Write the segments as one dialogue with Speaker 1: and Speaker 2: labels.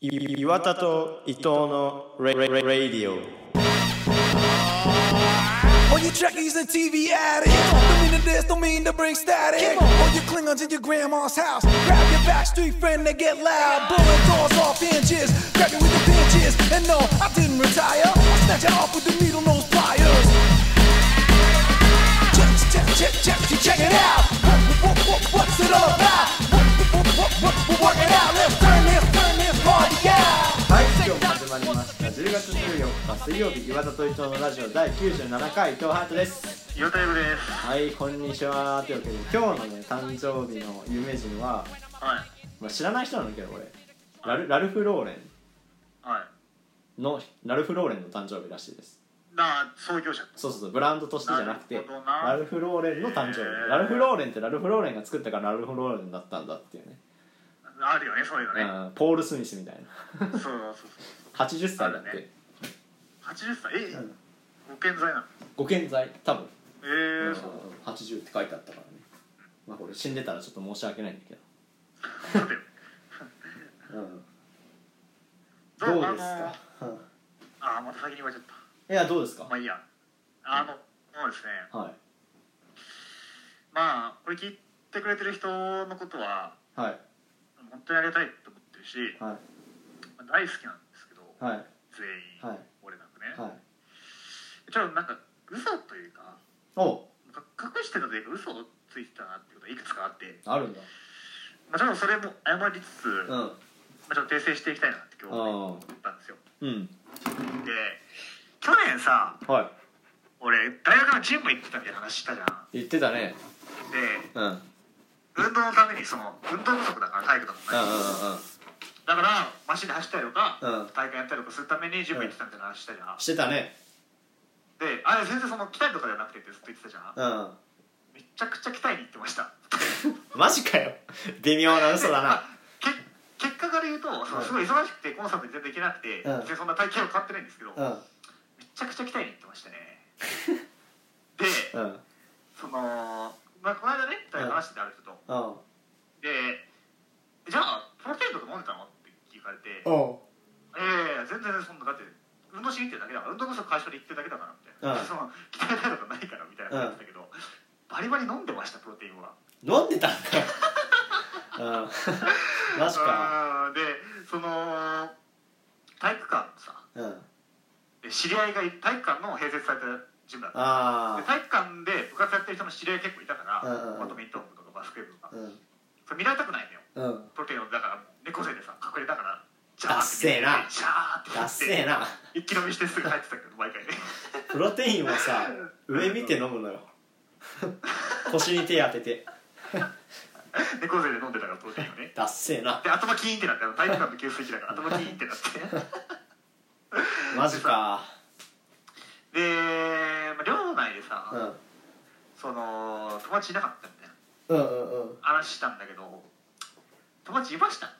Speaker 1: い岩田と伊藤のレレレレディオ
Speaker 2: All you trekkies and TV addicts Don't mean to this, don't mean to bring static All you Klingons in your grandma's house Grab your backstreet friend, they get loud Blowing doors off inches Grab you with the pinches And no, I didn't retire I snatch it off with the needle nose pliers Check, check, check, check, check, check it out what, what, what, What's it all about? What, what, what, what, we're working out Let's turn this, turn this party out
Speaker 1: はい今日も始まりました10月14日水曜日岩田と伊藤のラジオ第97回伊藤ハートです
Speaker 3: 岩田イブです。
Speaker 1: はいこんにちはというわけで今日のね誕生日の有名人は、
Speaker 3: はい。
Speaker 1: まあ、知らない人なんだけど俺ラルラルフ・ローレ
Speaker 3: はい。
Speaker 1: ンのラルフ・ローレンの誕生日らしいです
Speaker 3: なあ、創業者。
Speaker 1: そうそうそうブランドとしてじゃなくて
Speaker 3: なるほどな
Speaker 1: ラルフ・ローレンの誕生日
Speaker 3: へー
Speaker 1: ラルフ・ローレンってラルフ・ローレンが作ったからラルフ・ローレンだったんだっていうね
Speaker 3: あるよね、そういうのね。
Speaker 1: うんポール・スミスみたいな
Speaker 3: そうそうそう。
Speaker 1: 80歳だっ
Speaker 3: ある
Speaker 1: て
Speaker 3: ね80歳。え、ご健在なの
Speaker 1: ご健在多分
Speaker 3: ええー、そう。
Speaker 1: 80って書いてあったからねまあこれ死んでたらちょっと申し訳ないんだけ
Speaker 3: だって
Speaker 1: ど、
Speaker 3: ど
Speaker 1: ど
Speaker 3: う
Speaker 1: うですか
Speaker 3: あー、また先に言われちゃっ
Speaker 1: いやどうですか
Speaker 3: た。まあいいや。あの、そうですね。
Speaker 1: は
Speaker 3: まあ、これ聞いてくれてる人のことは、
Speaker 1: いはい
Speaker 3: 本当にありがたいと思ってるし、
Speaker 1: はい
Speaker 3: まあ大好きなんですけど、
Speaker 1: はい
Speaker 3: 全
Speaker 1: は
Speaker 3: 員、
Speaker 1: い
Speaker 3: 俺なくね。
Speaker 1: はい
Speaker 3: ちょっとなんか、嘘というか、
Speaker 1: お
Speaker 3: か隠してたというか、嘘をついてたなっていうことがいくつかあって、
Speaker 1: あるんだ
Speaker 3: まあ、ちょっとそれも謝りつつ、
Speaker 1: う
Speaker 3: ま
Speaker 1: ん
Speaker 3: あ、ちょっと訂正していきたいなって今日は思ったんですよ
Speaker 1: うん
Speaker 3: で去年さ
Speaker 1: はい
Speaker 3: 俺大学のジム行ってたみたいな話したじゃん
Speaker 1: 言ってたね
Speaker 3: で
Speaker 1: うんうんうん
Speaker 3: 運動のためにその運動不足だから体育だもんねだからマシンで走ったりとか、
Speaker 1: うん
Speaker 3: 大会やったりとかするためにジム行ってたみたいな話したじゃん、
Speaker 1: してたね
Speaker 3: であれ全然その鍛えとかじゃなくてってずっと言ってたじゃん、
Speaker 1: うん
Speaker 3: めちゃくちゃ鍛えに行ってました
Speaker 1: マジかよ 微妙な嘘だな
Speaker 3: け結果から言うとそのすごい忙しくてコンサートに全然行けなく
Speaker 1: う
Speaker 3: て、
Speaker 1: ん
Speaker 3: 全然そんな体型は変わってないんですけど、め
Speaker 1: ん
Speaker 3: ちゃくちゃ鍛えに行ってまし たねで、
Speaker 1: うん
Speaker 3: その、まあ、この間ね二人話してたある人と、
Speaker 1: うん
Speaker 3: で「じゃあプロテインとか飲んでたの?」って聞かれて「
Speaker 1: お
Speaker 3: いやいやいや全然そんなだって運動しに行ってるだけだから運動不足解消で行ってるだけだから」みたいな、
Speaker 1: うん
Speaker 3: その鍛えたいとかないからみたいなこと言ってたけど、バリバリ飲んでましたプロテインは
Speaker 1: 飲んでたんだ ようんマジか
Speaker 3: うんでその体育館さ
Speaker 1: うん
Speaker 3: で知り合いがい体育館の併設されたジムだったで
Speaker 1: あ
Speaker 3: 体育館で部活やってる人の知り合い結構いたから、
Speaker 1: うんうんうん
Speaker 3: バドミントン部とかバスケ部とか、
Speaker 1: あうん
Speaker 3: それ見られたくないのよ
Speaker 1: うん
Speaker 3: プロテインをだから猫背でさ隠れたからジ
Speaker 1: ダッセーな
Speaker 3: ジャーって
Speaker 1: ダッセーな
Speaker 3: 一気飲みしてすぐ帰ってたけど毎回ね
Speaker 1: プロテインはさ上見て飲むのよ腰に手当てて
Speaker 3: 猫背で飲んでたからプロテインをね
Speaker 1: ダッセーな
Speaker 3: で頭キーンってなってあの体育館の給水器だから頭キーンってなって
Speaker 1: マジか
Speaker 3: で、まあ、寮内でさ、
Speaker 1: うん
Speaker 3: その友達いなかったみたいな
Speaker 1: うんうんうん
Speaker 3: 話したんだけど友達いました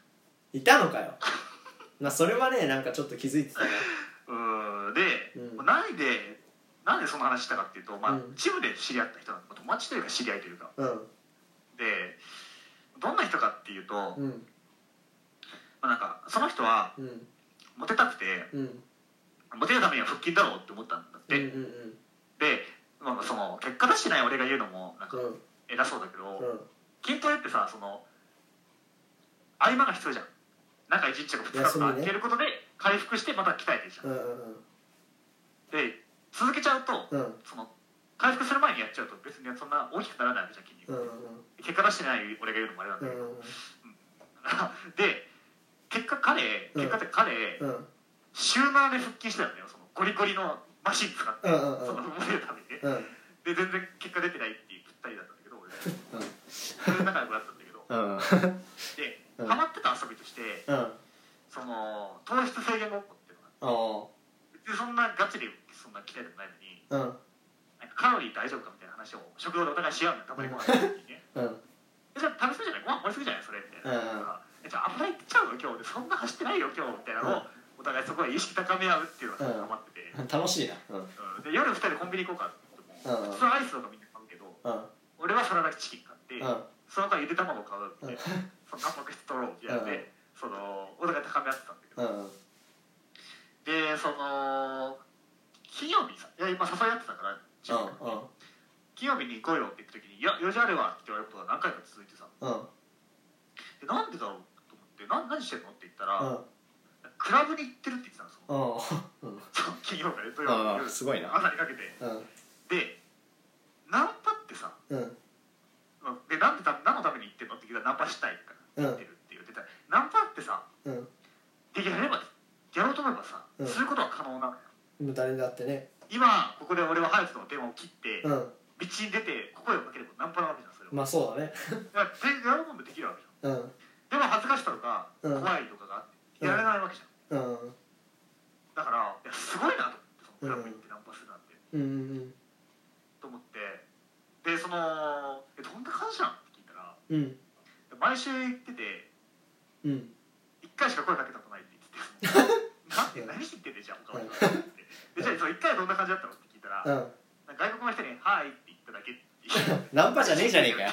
Speaker 1: いたのかよまあそれはねなんかちょっと気づいてたね
Speaker 3: うーんで、
Speaker 1: うん
Speaker 3: もうなんでなんでその話したかっていうと、まあ
Speaker 1: うん
Speaker 3: チームで知り合った人なの友達というか知り合いというか
Speaker 1: うん
Speaker 3: でどんな人かっていうと、
Speaker 1: うん
Speaker 3: まあ、なんかその人は
Speaker 1: うん
Speaker 3: モテたくて
Speaker 1: うん
Speaker 3: モテるためには腹筋だろうって思ったんだって、
Speaker 1: うん
Speaker 3: で、まあ、その結果出してない俺が言うのもなんか
Speaker 1: うん
Speaker 3: 偉そうだけど、
Speaker 1: うん
Speaker 3: 筋トレってさその合間が必要じゃん中1日とか
Speaker 1: 休
Speaker 3: 2日と
Speaker 1: み
Speaker 3: か
Speaker 1: ね
Speaker 3: 空けることで回復してまた鍛えてるじゃん、
Speaker 1: うんうん
Speaker 3: で続けちゃうと、
Speaker 1: うん
Speaker 3: その回復する前にやっちゃうと別にそんな大きくならないわけじゃん筋肉、
Speaker 1: うん
Speaker 3: 結果出してない俺が言うのもあれなんだ
Speaker 1: う
Speaker 3: け
Speaker 1: ん
Speaker 3: ど、 で結果彼結果って彼、
Speaker 1: うん
Speaker 3: シューマーで腹筋してたんだよそのゴリゴリのマシン使って、
Speaker 1: うんうんうん
Speaker 3: そのモデルためにね、
Speaker 1: うん
Speaker 3: で全然結果出てないっていうぴったりだったんだけど俺それで仲良くなったんだけど
Speaker 1: うん
Speaker 3: で、
Speaker 1: うん
Speaker 3: ハマってた遊びとして
Speaker 1: うん
Speaker 3: その糖質制限ごっこっていうのがあ
Speaker 1: お
Speaker 3: って別にそんなガチでそんな鍛えてもないのに
Speaker 1: うんうん
Speaker 3: なんかカロリー大丈夫かみたいな話を食堂でお互いし合うのたまにご飯食べる時にね
Speaker 1: うん
Speaker 3: えじゃあ食べ過ぎじゃないご飯盛り過ぎじゃないそれみたいな、
Speaker 1: うん
Speaker 3: えじゃあ危ないってちゃうの今日でそんな走ってないよ今日みたいなのを、お互いそこで意識高め合うっていうのがハマってて、
Speaker 1: 楽しいなうん
Speaker 3: うんで夜2人でコンビニ行こうかって思う、
Speaker 1: うん
Speaker 3: 普通はアイスとかみんな買うけど
Speaker 1: うん
Speaker 3: 俺はサラダチキン買って、
Speaker 1: うん
Speaker 3: その他ゆで卵買うって、
Speaker 1: うん
Speaker 3: そのタンパク質取ろうってやって、
Speaker 1: うん
Speaker 3: そのお互い高め合ってたんだけど、俺今誘い合ってたから
Speaker 4: うんうん
Speaker 3: 金曜日に行こうよって言った時に「いや用事あるわ」って言われることが何回か続いてさ
Speaker 4: うんうん
Speaker 3: でなんでだろうと思って「な何してんの?」って言ったら、
Speaker 4: うん
Speaker 3: クラブに行ってるって言ってたんですよ
Speaker 4: うん
Speaker 3: その金曜日から土曜日の
Speaker 4: ああ
Speaker 3: 夜
Speaker 4: すごいな
Speaker 3: 朝にかけて
Speaker 4: うん
Speaker 3: でナンパってさ
Speaker 4: うん
Speaker 3: でなんでた何のために行ってんのって聞いたらナンパしたいから行ってるって言ってた、ナンパってさ
Speaker 4: うん
Speaker 3: でやればやろうと思えばさ、
Speaker 4: うん
Speaker 3: することは可能なのよ
Speaker 4: でも誰だってね
Speaker 3: 今ここで俺はハヤトの電話を切って、
Speaker 4: うん
Speaker 3: 道に出てここへかければナンパなわけじゃんそれは、
Speaker 4: まあそうだね
Speaker 3: だから全然やろうともできるわけじゃん
Speaker 4: うん
Speaker 3: でも恥ずかしさとか
Speaker 4: うん
Speaker 3: 怖いとかがあってやれないわけじ
Speaker 4: う
Speaker 3: ゃん、
Speaker 4: ん
Speaker 3: だからいやすごいなと思ってそのクラブに行ってナンパするなんて、
Speaker 4: うんうん
Speaker 3: と思ってでその「えどんな感じなん?」って聞いたら
Speaker 4: うん
Speaker 3: 毎週行ってて
Speaker 4: うん
Speaker 3: 一回しか声かけたことないって言っててなんで何してんねんじゃん他の人はってでじゃあその一回はどんな感じだったのって聞いたら、
Speaker 4: うん
Speaker 3: なんか外国の人に「はい」って言っただけっていう
Speaker 4: ナンパじゃねえじゃねえかよ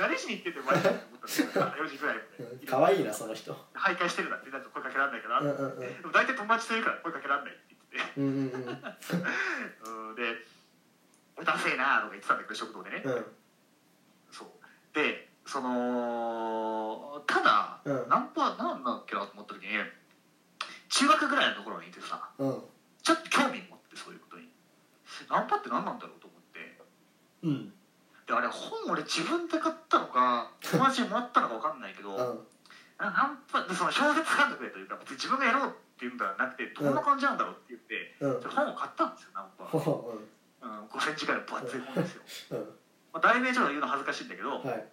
Speaker 3: 何しに行ってんの毎週って思ったんですけど4時ぐらいまで
Speaker 4: 可愛いなその人
Speaker 3: 徘徊してるなってだと声かけられないから、
Speaker 4: うんうんうん
Speaker 3: でも大体友達といるから声かけられないって言ってて
Speaker 4: うんうんうんうん
Speaker 3: うんで「うたせえな」とか言ってたんだけど食堂でね、そうでそのただ、
Speaker 4: うん
Speaker 3: ナンパなんだっけなと思った時に中学ぐらいのところにいてさ
Speaker 4: うん
Speaker 3: ちょっと興味持ってそういうことにナンパって何なんだろうと思って
Speaker 4: うん
Speaker 3: であれ本俺自分で買ったのか友達にもらったのか分かんないけ
Speaker 4: う
Speaker 3: ど、
Speaker 4: ん
Speaker 3: なナンパでその小説感覚でというか別に自分がやろうっていうんではなくてどんな感じなんだろうって言って、
Speaker 4: うん
Speaker 3: ちょっと本を買ったんですよナンパ、
Speaker 4: ほほ
Speaker 3: うん、5センチぐらいの分厚い本ですよ、
Speaker 4: うんうん
Speaker 3: まあ、題名ちょっと言うの恥ずかしいんだけど「
Speaker 4: はい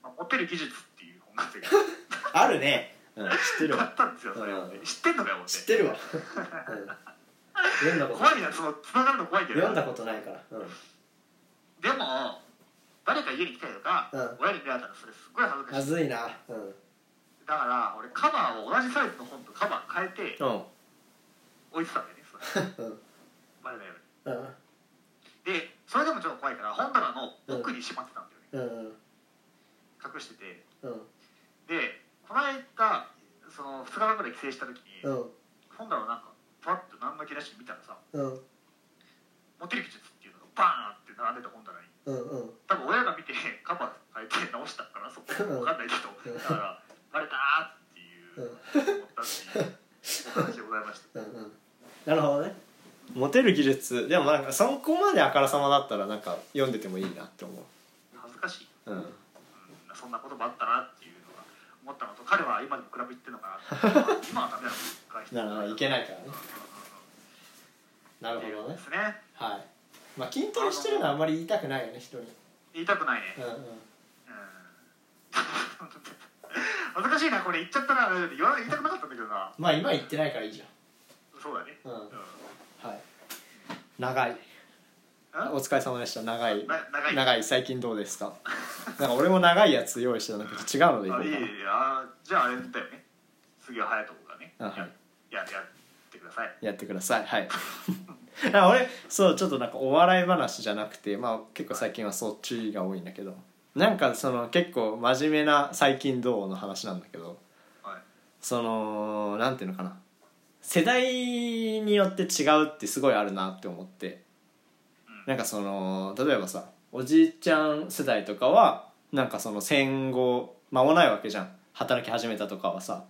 Speaker 3: まあ、モテる技術」っていう本があって
Speaker 4: あるねうん知ってる
Speaker 3: 買
Speaker 4: わ
Speaker 3: ったんですよそれを
Speaker 4: うん
Speaker 3: 知ってんのかよ思っ
Speaker 4: 知っててるわうん読んだこと
Speaker 3: 怖いなその繋がるの怖いんだよ
Speaker 4: 読ん
Speaker 3: な
Speaker 4: だことないからう
Speaker 3: でも誰か家に来たりとか、
Speaker 4: うん
Speaker 3: 親に出会ったらそれすごい恥ず
Speaker 4: ん
Speaker 3: か
Speaker 4: ま
Speaker 3: しい
Speaker 4: ずいなうん
Speaker 3: だから俺カバーを同じサイズの本とカバー変えて
Speaker 4: うん
Speaker 3: 置いてたんだよねそれ
Speaker 4: うん
Speaker 3: バレないように
Speaker 4: うん
Speaker 3: でそれでもちょっと怖いから本棚の奥にしまってたんだよね
Speaker 4: うん
Speaker 3: 隠してて
Speaker 4: うん
Speaker 3: でこの間その2日間ぐらい帰省した時に、
Speaker 4: うん
Speaker 3: 本棚をなんかパッと何の気なしに見たらさ
Speaker 4: うん
Speaker 3: 「モテる技術」っていうのがバーンって並んでた本棚に
Speaker 4: うんうん
Speaker 3: 多分親が見てカバー変えて直したからそこ
Speaker 4: うん
Speaker 3: 分かんないけ
Speaker 4: うん
Speaker 3: どだからバレたーっていう思ったっていうお話でございました
Speaker 4: うんうんなるほどねモテる技術でもなんかそこまであからさまだったらなんか読んでてもいいなって思
Speaker 3: 恥ずかしい、
Speaker 4: ううん
Speaker 3: うん、そんなこともあったなっていうのが思ったのと彼は今でもクラブ行ってるのかな今はダメなのか
Speaker 4: なるほどいけないからね
Speaker 3: う
Speaker 4: なる
Speaker 3: んうんうん
Speaker 4: ほどね
Speaker 3: ですね
Speaker 4: はいまあ筋トレしてるのはあんまり言いたくないよね人に
Speaker 3: 言いたくないね
Speaker 4: うんうん
Speaker 3: うん 恥ずかしいなこれ言っちゃったな言わ言いたくなかったんだけどな
Speaker 4: まあ今言ってないからいいじ
Speaker 3: そうだね
Speaker 4: うん
Speaker 3: うん
Speaker 4: ゃんはい長い
Speaker 3: あ
Speaker 1: お疲れ様でした長い
Speaker 3: な長い
Speaker 1: 長い最近どうですかなんか俺も長いやつ用意してたんだけど違うのでいこ
Speaker 3: あ
Speaker 1: う
Speaker 3: いい
Speaker 1: か
Speaker 3: い
Speaker 1: ない
Speaker 3: あじゃああれだよね杉は隼人がね
Speaker 1: あはい
Speaker 3: やややってください
Speaker 1: やってくださいはい あ俺そうちょっとなんかお笑い話じゃなくてまあ結構最近はそっちが多いんだけどなんかその結構真面目な最近どうの話なんだけど
Speaker 3: はい
Speaker 1: そのなんていうのかな世代によって違うってすごいあるなって思ってなんかその例えばさおじいちゃん世代とかはなんかその戦後間もないわけじゃん働き始めたとかはさ、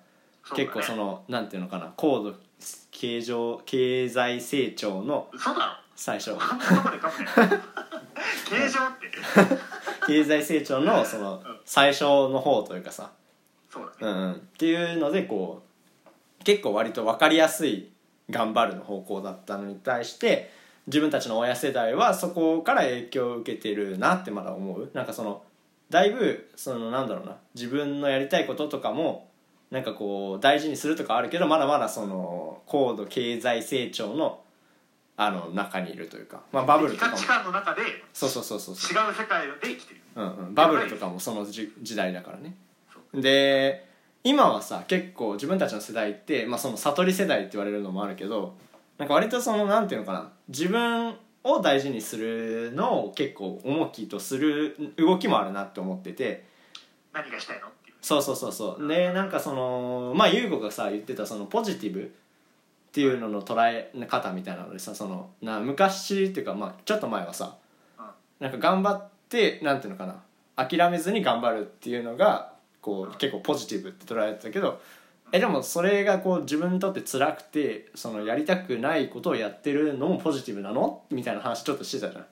Speaker 3: そうだね
Speaker 1: 結構そのなんていうのかな高度経常経済成長の
Speaker 3: 嘘だろ
Speaker 1: 最初
Speaker 3: こんなとこで 噛むね形状って
Speaker 1: 経済成長のその
Speaker 3: うん
Speaker 1: 最初の方というかさ
Speaker 3: そうだ
Speaker 1: う
Speaker 3: ね
Speaker 1: んうん、っていうのでこう結構割と分かりやすい頑張るの方向だったのに対して自分たちの親世代はそこから影響を受けてるなってまだ思うなんかそのだいぶそのなんだろうな自分のやりたいこととかもなんかこう大事にするとかあるけどまだまだその高度経済成長のあの中にいるというか、まあ、バブルとかも
Speaker 3: 価値観の中で違う
Speaker 1: そうそうそうそうそう
Speaker 3: 世界で生きてる
Speaker 1: うんうん、バブルとかもその時時代だからねで今はさ結構自分たちの世代って、まあ、その悟り世代って言われるのもあるけどなんか割とそのなんていうのかな自分を大事にするのを結構重きとする動きもあるなって思ってて
Speaker 3: 何がしたいのっていう
Speaker 1: そうそうそうそうでなんかそのまあ優吾がさ言ってたそのポジティブっていうのの捉え方みたいなのでさそのな昔っていうか、まあ、ちょっと前はさ
Speaker 3: うん
Speaker 1: なんか頑張ってなんていうのかな諦めずに頑張るっていうのがこう結構ポジティブって捉えてたけどえでもそれがこう自分にとって辛くてそのやりたくないことをやってるのもポジティブなのみたいな話ちょっとしてたじゃん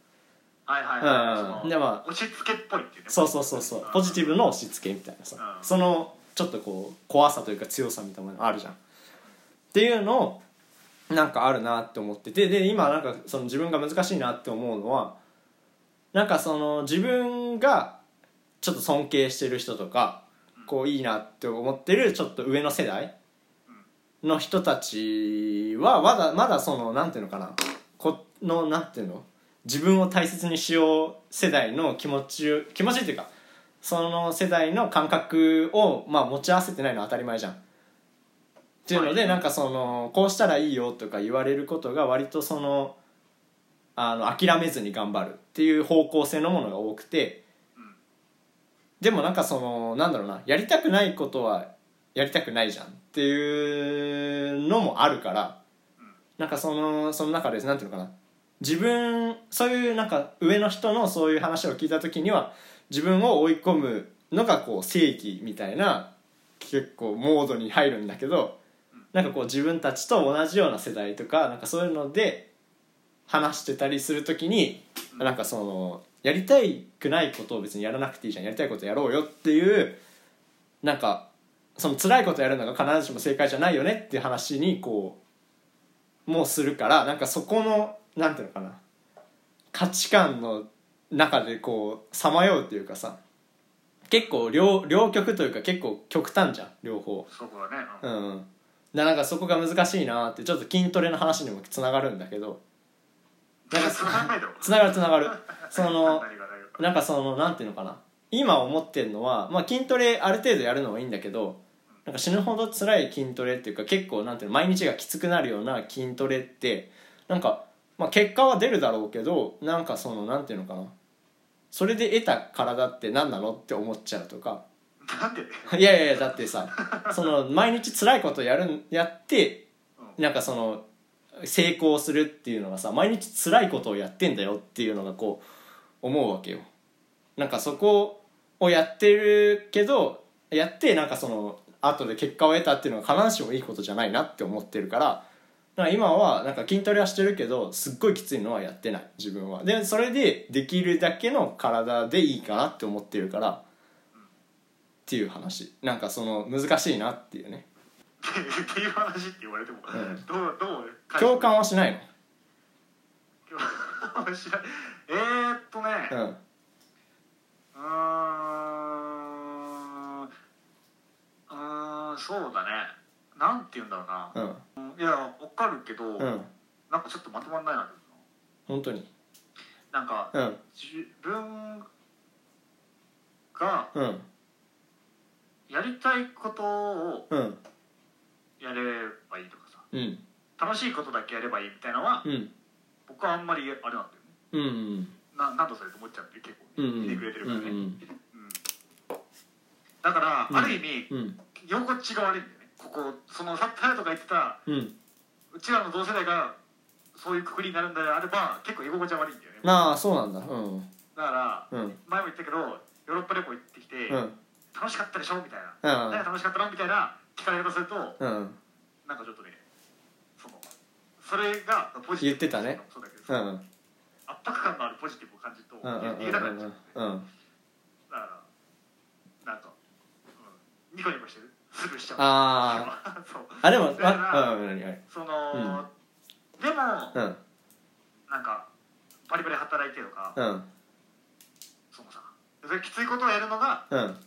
Speaker 3: はいはい
Speaker 1: うんうん
Speaker 3: はいその
Speaker 1: でまあ
Speaker 3: 押し付けっぽいっていうね
Speaker 1: そうそうそうそうポジティブの押し付けみたいなさ、
Speaker 3: うん
Speaker 1: そのちょっとこう怖さというか強さみたいなものあるじゃんっていうのをなんかあるなって思っててで今なんかその自分が難しいなって思うのはなんかその自分がちょっと尊敬してる人とかこういいなって思ってるちょっと上の世代の人たちはまだまだそのなんていうのかなこのなんていうの自分を大切にしよう世代の気持ちを気持ちっていうかその世代の感覚を、まあ、持ち合わせてないのは当たり前じゃん。っていうので、
Speaker 3: はい
Speaker 1: なんかそのこうしたらいいよとか言われることが割とそのあの諦めずに頑張るっていう方向性のものが多くて、
Speaker 3: ん
Speaker 1: でもなんかそのなんだろうなやりたくないことはやりたくないじゃんっていうのもあるから、なんかそのその中でなんていうのかな自分そういうなんか上の人のそういう話を聞いた時には自分を追い込むのがこう正義みたいな結構モードに入るんだけどなんかこう自分たちと同じような世代とかなんかそういうので話してたりする時になんかそのやりたいくないことを別にやらなくていいじゃんやりたいことやろうよっていうなんかその辛いことやるのが必ずしも正解じゃないよねっていう話にこうもうするからなんかそこのなんていうのかな価値観の中でこうさまようっていうかさ結構両両極というか結構極端じゃん両方
Speaker 3: そこはねうん
Speaker 1: うんでなんかそこが難しいなってちょっと筋トレの話にもつながるんだけどなんか
Speaker 3: その考えだろ
Speaker 1: つながるつなが るそ
Speaker 3: 何
Speaker 1: の
Speaker 3: が何が
Speaker 1: なんかそのなんていうのかな今思ってるのは、まあ、筋トレある程度やるのもいいんだけどなんか死ぬほど辛い筋トレっていうか結構なんていうの毎日がきつくなるような筋トレってなんか、まあ、結果は出るだろうけどなんかそのなんていうのかなそれで得た体って何なのって思っちゃうとか
Speaker 3: なんで
Speaker 1: いやいやいやだってさその毎日辛いことやるんやって
Speaker 3: うん
Speaker 1: なんかその成功するっていうのがさ毎日辛いことをやってんだよっていうのがこう思うわけよなんかそこをやってるけどやってなんかその後で結果を得たっていうのは必ずしもいいことじゃないなって思ってるからなんか今はなんか筋トレはしてるけどすっごいきついのはやってない自分はでそれでできるだけの体でいいかなって思ってるからっていう話なんかその難しいなっていうね
Speaker 3: っていう話って言われてもど
Speaker 1: ん
Speaker 3: うどう
Speaker 1: 共感はしない
Speaker 3: 共感しない えーっとね
Speaker 1: のうん
Speaker 3: うーんうーんそうだねなんて言うんだろうな
Speaker 1: うん
Speaker 3: いやわかるけ
Speaker 1: う
Speaker 3: ど
Speaker 1: ん
Speaker 3: なんかちょっとまとまんないな
Speaker 1: 本当に
Speaker 3: なんか
Speaker 1: うん
Speaker 3: 自分が
Speaker 1: うん
Speaker 3: やりたいことを
Speaker 1: うん
Speaker 3: やればいいとかさ
Speaker 1: うん
Speaker 3: 楽しいことだけやればいいみたいなのは
Speaker 1: うん
Speaker 3: 僕はあんまりあれなんだよね
Speaker 1: うんうん
Speaker 3: ななんだそれと思っちゃって結
Speaker 1: う
Speaker 3: 構
Speaker 1: んう
Speaker 3: ね
Speaker 1: ん
Speaker 3: 見てくれてるからね、
Speaker 1: うんうん
Speaker 3: うんだから、
Speaker 1: うん
Speaker 3: ある意味
Speaker 1: うん
Speaker 3: 居心地が悪いんだよねここそのさっぱとか言ってた
Speaker 1: うん
Speaker 3: うちらの同世代がそういうくくりになるんであれば結構居心地は悪いんだよねだか
Speaker 1: まあそうなんだうん
Speaker 3: ら
Speaker 1: うん
Speaker 3: 前も言ったけどヨーロッパ旅行行ってきて、
Speaker 1: うん
Speaker 3: 楽しかったでしょみたいな、
Speaker 1: うん
Speaker 3: 何が楽しかったのみたいな聞かれ方すると
Speaker 1: うん
Speaker 3: なんかちょっとねそのそれがポジティブ
Speaker 1: 言ってたね
Speaker 3: そうだけど、
Speaker 1: うん
Speaker 3: 圧迫感のあるポジティブを感じると、
Speaker 1: うんうんうん
Speaker 3: 言えなくなっちゃ
Speaker 1: う
Speaker 3: う、
Speaker 1: ん
Speaker 3: だからなんか、うん、ニコニコしてるすぐしちゃう
Speaker 1: あ
Speaker 3: そう
Speaker 1: あでもあうん何何
Speaker 3: その、でも、
Speaker 1: う
Speaker 3: なんかバリバリ働いてとか、
Speaker 1: うん
Speaker 3: そのさそれきついことをやるのが
Speaker 1: うん
Speaker 3: 何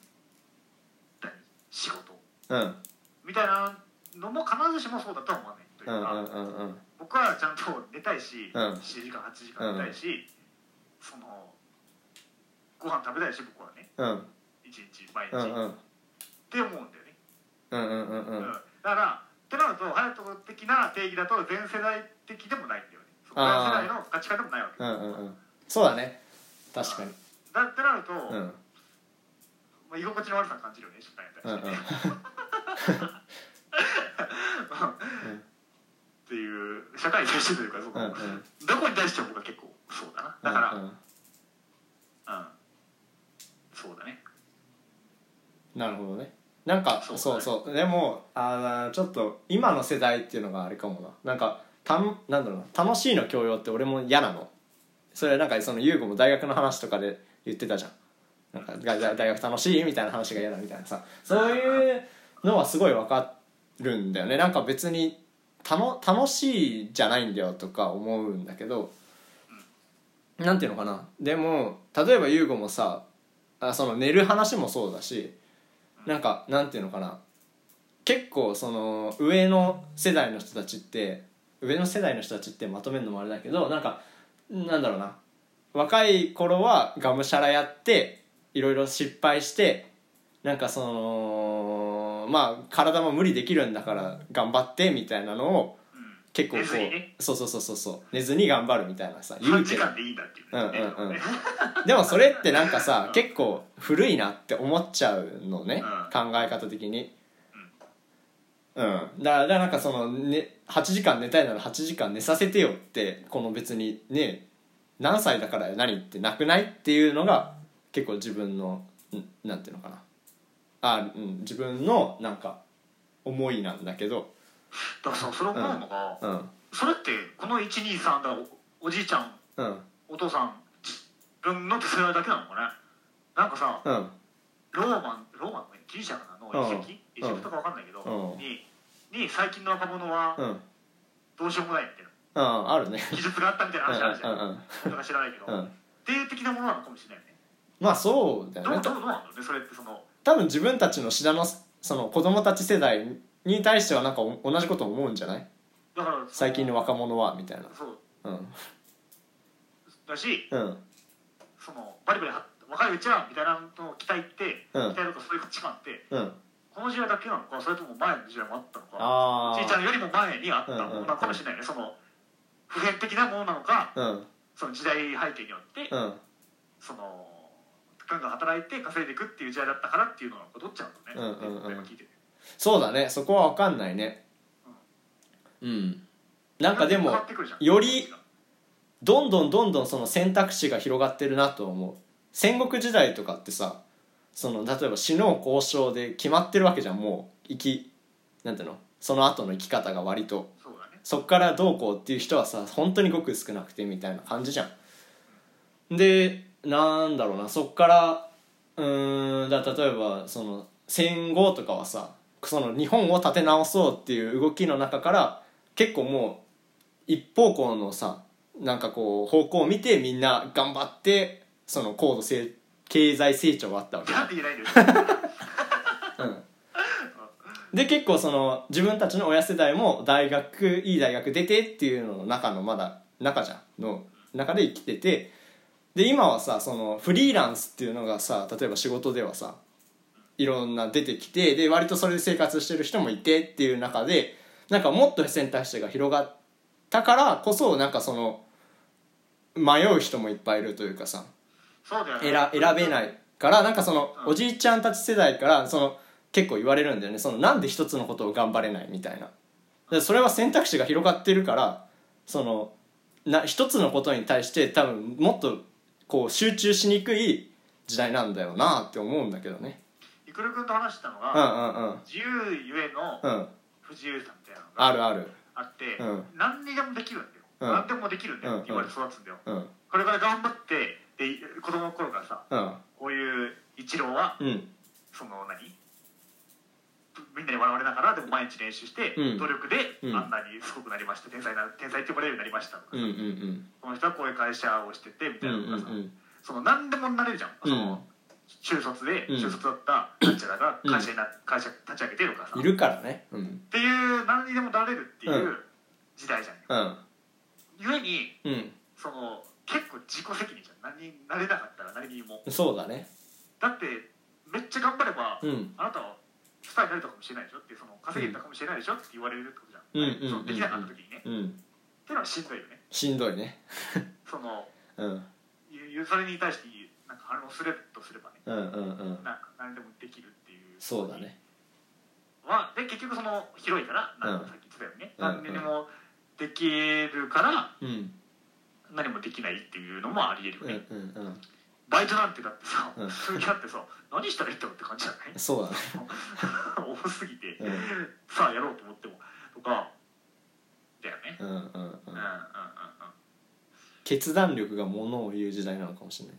Speaker 3: 仕事
Speaker 1: うん
Speaker 3: みたいなのも必ずしもそうだとは思わないという
Speaker 1: うん
Speaker 3: か、
Speaker 1: うんうんうん
Speaker 3: 僕はちゃんと寝たいし、
Speaker 1: うん
Speaker 3: 7時間8時間寝たいし、そのご飯食べたいし僕はね
Speaker 1: うん
Speaker 3: 一日毎日、
Speaker 1: うんう
Speaker 3: っ
Speaker 1: ん
Speaker 3: て思うんだよね
Speaker 1: うんうんうんう
Speaker 3: うん
Speaker 1: ん
Speaker 3: だからってなると隼人的な定義だと全世代的でもないんだよねその
Speaker 1: あー
Speaker 3: 全世代の価値観でもないわけ
Speaker 1: うんうんうんそうだね確かに
Speaker 3: だってなると、
Speaker 1: う
Speaker 3: ま
Speaker 1: ん
Speaker 3: あ、居心地の悪さ感じるよね失敗に対
Speaker 1: うんう
Speaker 3: し
Speaker 1: ん
Speaker 3: てね、うん社会に対してというかそ
Speaker 1: うんう
Speaker 3: の、
Speaker 1: ん
Speaker 3: どこに対しても僕は結構そうだなだから、
Speaker 1: う
Speaker 3: うん
Speaker 1: うんん
Speaker 3: そうだね
Speaker 1: なるほどねなんか
Speaker 3: そう
Speaker 1: そうそうでもあーちょっと今の世代っていうのがあれかもななんかたんなんだろうな楽しいの教養って俺も嫌なのそれなんかその優子も大学の話とかで言ってたじゃんなんかが大大学楽しいみたいな話が嫌だみたいなさそういうのはすごい分かるんだよねなんか別にたの楽しいじゃないんだよとか思うんだけどなんていうのかなでも例えば優吾もさあその寝る話もそうだしなんかなんていうのかな結構その上の世代の人たちって上の世代の人たちってまとめるのもあれだけどなんかなんだろうな若い頃はがむしゃらやっていろいろ失敗してなんかそのまあ体も無理できるんだから頑張ってみたいなのを結構こ
Speaker 3: 寝ずにね
Speaker 1: うそうそうそうそうそう寝ずに頑張るみたいなさ言
Speaker 3: 短
Speaker 1: うけ
Speaker 3: 時
Speaker 1: ど
Speaker 3: 間でいいんだっていう
Speaker 1: うん
Speaker 3: ね、
Speaker 1: うんう んでもそれってなんかさ結構古いなって思っちゃうのね、考え方的にうんだからだからなんかその、ね、8時間寝たいなら8時間寝させてよってこの別にね何歳だから何ってなくないっていうのが結構自分のんなんていうのかなあ、うん、自分のなんか思いなんだけど
Speaker 3: だからさそれ思うのが、
Speaker 1: うん
Speaker 3: それってこの123がおおじいちゃん
Speaker 1: うん
Speaker 3: お父さん自分のってそれだけなのかねなんかさ
Speaker 1: うん
Speaker 3: ローマンローマンのギリシャかなの遺跡
Speaker 1: うん
Speaker 3: エジプトかわかんないけど、
Speaker 1: うん
Speaker 3: にに最近の若者は
Speaker 1: うん
Speaker 3: どうしようもないみたいな
Speaker 1: うんあるね
Speaker 3: 技術があったみたいな話あるじ
Speaker 1: う
Speaker 3: ゃん
Speaker 1: んうん
Speaker 3: なんか知らないけど、
Speaker 1: うんう
Speaker 3: っ
Speaker 1: ん
Speaker 3: ていう的なものなのかもしれないよね
Speaker 1: まあそうだ
Speaker 3: ど
Speaker 1: よね
Speaker 3: うどうどうなんだろうねそれってその
Speaker 1: 多分自分たちの志田のその子供たち世代に対してはなんかお同じこと思うんじゃない
Speaker 3: だからその
Speaker 1: 最近の若者はみたいな
Speaker 3: そう
Speaker 1: うん
Speaker 3: だし
Speaker 1: うん
Speaker 3: そのバリバリは若いうちはみたいなのを期待って、
Speaker 1: うん
Speaker 3: 期待とかそういう価値観って
Speaker 1: うん
Speaker 3: この時代だけなのかそれとも前の時代もあったのか
Speaker 1: あ
Speaker 3: じいちゃんよりも前にあったものなのかもしれないね、その普遍的なものなのか
Speaker 1: あうん
Speaker 3: その時代背景によって、
Speaker 1: うん
Speaker 3: そのガンガン働いて稼いでいくっていう時代だったからっていうのがどっちゃうのね、
Speaker 1: うんうんうん
Speaker 3: 今聞いてて
Speaker 1: そうだねそこは分かんないねうんなんかで
Speaker 3: 変
Speaker 1: も
Speaker 3: わってくるじゃん
Speaker 1: よりどんどんどんどんその選択肢が広がってるなと思う戦国時代とかってさその例えば死のう交渉で決まってるわけじゃんもう生きなんていうのその後の生き方が割と
Speaker 3: そうだね
Speaker 1: そっからどうこうっていう人はさ本当にごく少なくてみたいな感じじゃんでなんだろうなそっからうーんだ例えばその戦後とかはさその日本を立て直そうっていう動きの中から結構もう一方向のさなんかこう方向を見てみんな頑張ってその高度成経済成長があったわけじゃん
Speaker 3: なんて言えないんだよ
Speaker 1: で結構その自分たちの親世代も大学いい大学出てっていうのの中のまだ中じゃんの中で生きててで今はさそのフリーランスっていうのがさ例えば仕事ではさいろんな出てきてで割とそれで生活してる人もいてっていう中でなんかもっと選択肢が広がったからこそなんかその迷う人もいっぱいいるというかさ
Speaker 3: そうだよね
Speaker 1: 選選べないからなんかその
Speaker 3: うん
Speaker 1: おじいちゃんたち世代からその結構言われるんだよねそのなんで一つのことを頑張れないみたいなでそれは選択肢が広がってるからそのな一つのことに対して多分もっとこう集中しにくい時代なんだよなって思うんだけどね
Speaker 3: いくるくんと話したの
Speaker 1: うんう
Speaker 3: が、
Speaker 1: んうん
Speaker 3: 自由ゆえの
Speaker 1: うん
Speaker 3: 不自由さみたいなのが
Speaker 1: あるある
Speaker 3: あって、
Speaker 1: うん
Speaker 3: 何にでもできるんだよ、
Speaker 1: うん
Speaker 3: 何でもできるんだよって言われて育つんだよ、
Speaker 1: うん
Speaker 3: これから頑張ってで子供の頃からさ
Speaker 1: うん
Speaker 3: こういう一郎は
Speaker 1: うん
Speaker 3: その何みんなに笑われながらでも毎日練習して、
Speaker 1: うん
Speaker 3: 努力で
Speaker 1: うん
Speaker 3: あんなにすごくなりました天才な天才って呼ばれるようになりましたとか、
Speaker 1: うんうんうん
Speaker 3: この人はこういう会社をしててみた
Speaker 1: う
Speaker 3: い
Speaker 1: ん
Speaker 3: な
Speaker 1: う
Speaker 3: の
Speaker 1: んう
Speaker 3: がさ、
Speaker 1: ん
Speaker 3: その何でもなれるじゃん、
Speaker 1: う
Speaker 3: そ
Speaker 1: ん
Speaker 3: の中卒で、
Speaker 1: うん
Speaker 3: 中卒だったなんちゃらが会社にな、会社立ち上げてとかさ
Speaker 1: いるからねうん
Speaker 3: っていう何にでもなれるっていうう時代じゃん、
Speaker 1: うん
Speaker 3: ゆえに
Speaker 1: うん
Speaker 3: その結構自己責任じゃん何になれなかったら何にも
Speaker 1: そうだね
Speaker 3: だってめっちゃ頑張れば、
Speaker 1: うん
Speaker 3: あなたはスターになれたかもしれないでしょっていうその稼げたかもしれないでしょって言われるってことじゃ
Speaker 1: う
Speaker 3: ん、
Speaker 1: んうんうんうん
Speaker 3: そのできなかった時にね、っ
Speaker 1: うん
Speaker 3: ていうのはしんどいよね
Speaker 1: しんどいね
Speaker 3: その
Speaker 1: うん
Speaker 3: ゆゆそれに対してなんか反応するとすればね
Speaker 1: うんうんうん
Speaker 3: なんか何でもできるっていう
Speaker 1: そうだね
Speaker 3: はで結局その広いからなんかさっき言ってたようにね、
Speaker 1: うん
Speaker 3: 何にでもでききるから
Speaker 1: うん
Speaker 3: 何もできないっていうのもありえる
Speaker 1: う
Speaker 3: よ
Speaker 1: ん
Speaker 3: ね、
Speaker 1: うんうん
Speaker 3: バイトなんてだってさ、
Speaker 1: うん
Speaker 3: 普通にあってさ何したらいいんだろうって感じ じゃない
Speaker 1: そうだね
Speaker 3: 多すぎて、
Speaker 1: うん
Speaker 3: さあやろうと思ってもとかだよね、
Speaker 1: うんうんうん
Speaker 3: うん、うんうんうん
Speaker 1: 決断力がものを言う時代なのかもしれ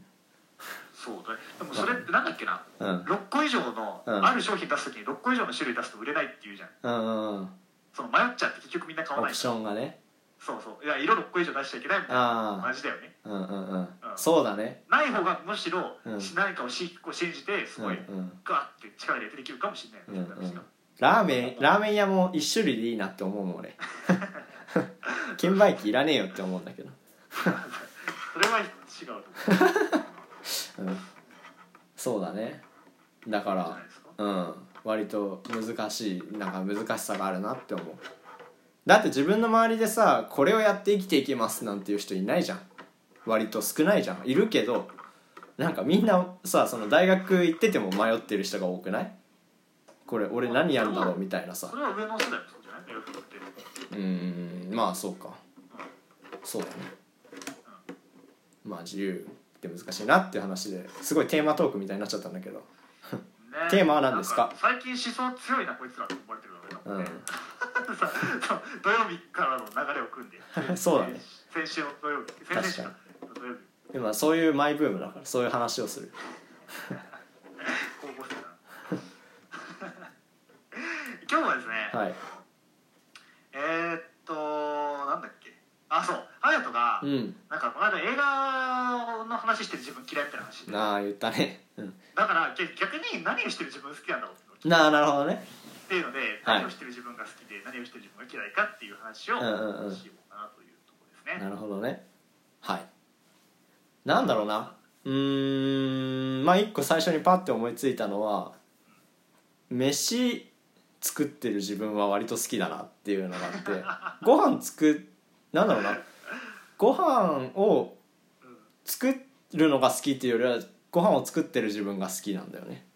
Speaker 3: そうだねでもそれってなんだっけな
Speaker 1: ないうん
Speaker 3: 6個以上の、
Speaker 1: うん
Speaker 3: ある商品出す時に6個以上の種類出すと売れないっていうじゃん
Speaker 1: うんうんうん
Speaker 3: その迷っちゃって結局みんな買わ
Speaker 1: オ
Speaker 3: ない
Speaker 1: プションがね
Speaker 3: そうそういや色6個以上出しちゃいけないみたいな
Speaker 1: あ
Speaker 3: マジだよね
Speaker 1: あうんうんうん
Speaker 3: うん
Speaker 1: そうだね
Speaker 3: ない方がむしろ、
Speaker 1: うん
Speaker 3: し何かをしこう信じてす
Speaker 1: うんう
Speaker 3: ごい、
Speaker 1: ん
Speaker 3: ガーって力入れてできるかもしれないよね、
Speaker 1: うんうんラーメンラーメン屋も一種類でいいなって思うもん 俺券売機いらねえよって思うんだけど
Speaker 3: それは違うと思うんじ
Speaker 1: うんそうだねだか
Speaker 3: ゃない
Speaker 1: ら
Speaker 3: ですか
Speaker 1: うん割と難しいなんか難しさがあるなって思うだって自分の周りでさこれをやって生きていけますなんていう人いないじゃん割と少ないじゃんいるけどなんかみんなさその大学行ってても迷ってる人が多くないこれ俺何やるんだろうみたいなさ
Speaker 3: それは上の世代もそうじゃない大学って
Speaker 1: うーんまあそうかそうだねまあ自由って難しいなっていう話ですごいテーマトークみたいになっちゃったんだけど
Speaker 3: ね
Speaker 1: テーマは何ですか
Speaker 3: なん最近思想強いなこいつらって思われてるわけだもんね、 さそう土曜日からの流れを 組んで
Speaker 1: そうだね
Speaker 3: 先週の土曜日先々週の土曜日
Speaker 1: 今そういうマイブームだからそういう話をする
Speaker 3: 高校生だな 今日はですね、
Speaker 1: はい
Speaker 3: えー、っとなんだっけあそう隼人が、
Speaker 1: うん
Speaker 3: なんかこの間映画の話してる自分嫌いって話でだか
Speaker 1: なあ言ったね、うん、
Speaker 3: らけ逆に何をしてる自分好きなんだろうって
Speaker 1: なあなるほどね
Speaker 3: っていうので、
Speaker 1: はい
Speaker 3: 何をしてる自分が好きで何をしてる自分が嫌いかっていう話
Speaker 1: う
Speaker 3: を
Speaker 1: んうんうん
Speaker 3: しようかなというところですね、
Speaker 1: なるほどねはいなんだろうなうーんまあ一個最初にパッて思いついたのは飯作ってる自分は割と好きだなっていうのがあって ご飯作なんだろうなご飯を作るのが好きっていうよりはご飯を作ってる自分が好きなんだよね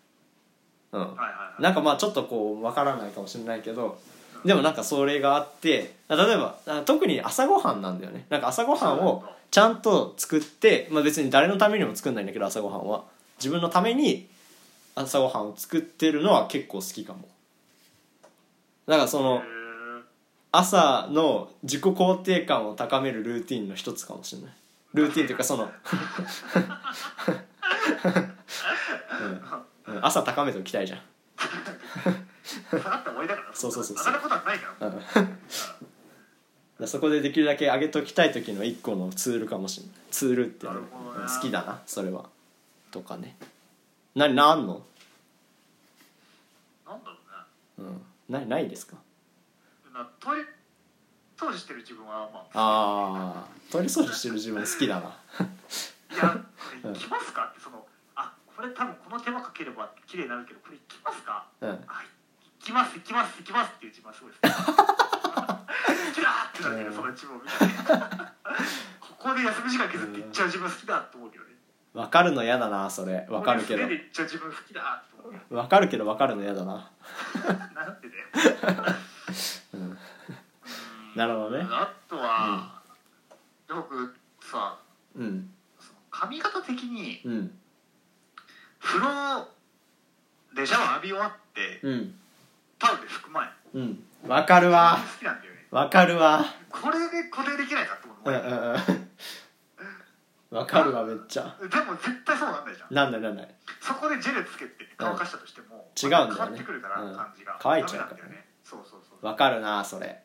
Speaker 1: うん
Speaker 3: はいはいはい
Speaker 1: なんかまあちょっとこうわからないかもしれないけどでもなんかそれがあってあ例えばあ特に朝ごはんなんだよねなんか朝ごはんをちゃんと作って、まあ、別に誰のためにも作んないんだけど朝ごはんは自分のために朝ごはんを作ってるのは結構好きかもだからその
Speaker 3: へー
Speaker 1: 朝の自己肯定感を高めるルーティンの一つかもしれないルーティンというかそのうんうん朝高めておきたいじゃん
Speaker 3: 下がったら終わりだから
Speaker 1: そうそうそう
Speaker 3: 上がることはないから、
Speaker 1: だからそこでできるだけ上げときたい時の一個のツールかもしれないツールっていうの
Speaker 3: なるほどね
Speaker 1: 好きだなそれはとかね何なあんの、
Speaker 3: なんだろうね
Speaker 1: うん、なないですか
Speaker 3: なトイレ掃除してる自分はま
Speaker 1: あ
Speaker 3: あ
Speaker 1: あ取り掃除してる自分好きだな
Speaker 3: い やこれいきますかってそのあこれ多分この手間かければ綺麗になるけどこれいきますか
Speaker 1: うん
Speaker 3: あいきますいきますいきますっていう自分はすごいです キラーってなってるその自分を見て ここで休み時間削っていっちゃう自分好きだと思うけどね
Speaker 1: わかるの嫌だなそれわかるけ
Speaker 3: こ
Speaker 1: ど
Speaker 3: こで素手でいっちゃう自分好きだと思うけど
Speaker 1: わかるけどわかるの嫌だな
Speaker 3: なんでだよ
Speaker 1: なるほどね
Speaker 3: あとは、よくさ
Speaker 1: うん
Speaker 3: その髪型的に
Speaker 1: うん
Speaker 3: 風呂でシャワー浴び終わって
Speaker 1: うん
Speaker 3: タオルで拭く前
Speaker 1: うんわかるわ
Speaker 3: 好きなんだよね
Speaker 1: わかるわ
Speaker 3: これで固定できないかと思う
Speaker 1: うんうんうんわかるわめっちゃ
Speaker 3: でも絶対そうなんないじゃん
Speaker 1: なんだなんだ
Speaker 3: そこでジェルつけて乾かしたとしても、
Speaker 1: うん違うんだよね
Speaker 3: 変わってくるから、
Speaker 1: うん
Speaker 3: 感じが
Speaker 1: 乾いちゃうからね
Speaker 3: ダメなんだよねそうそうそう
Speaker 1: わかるなそれ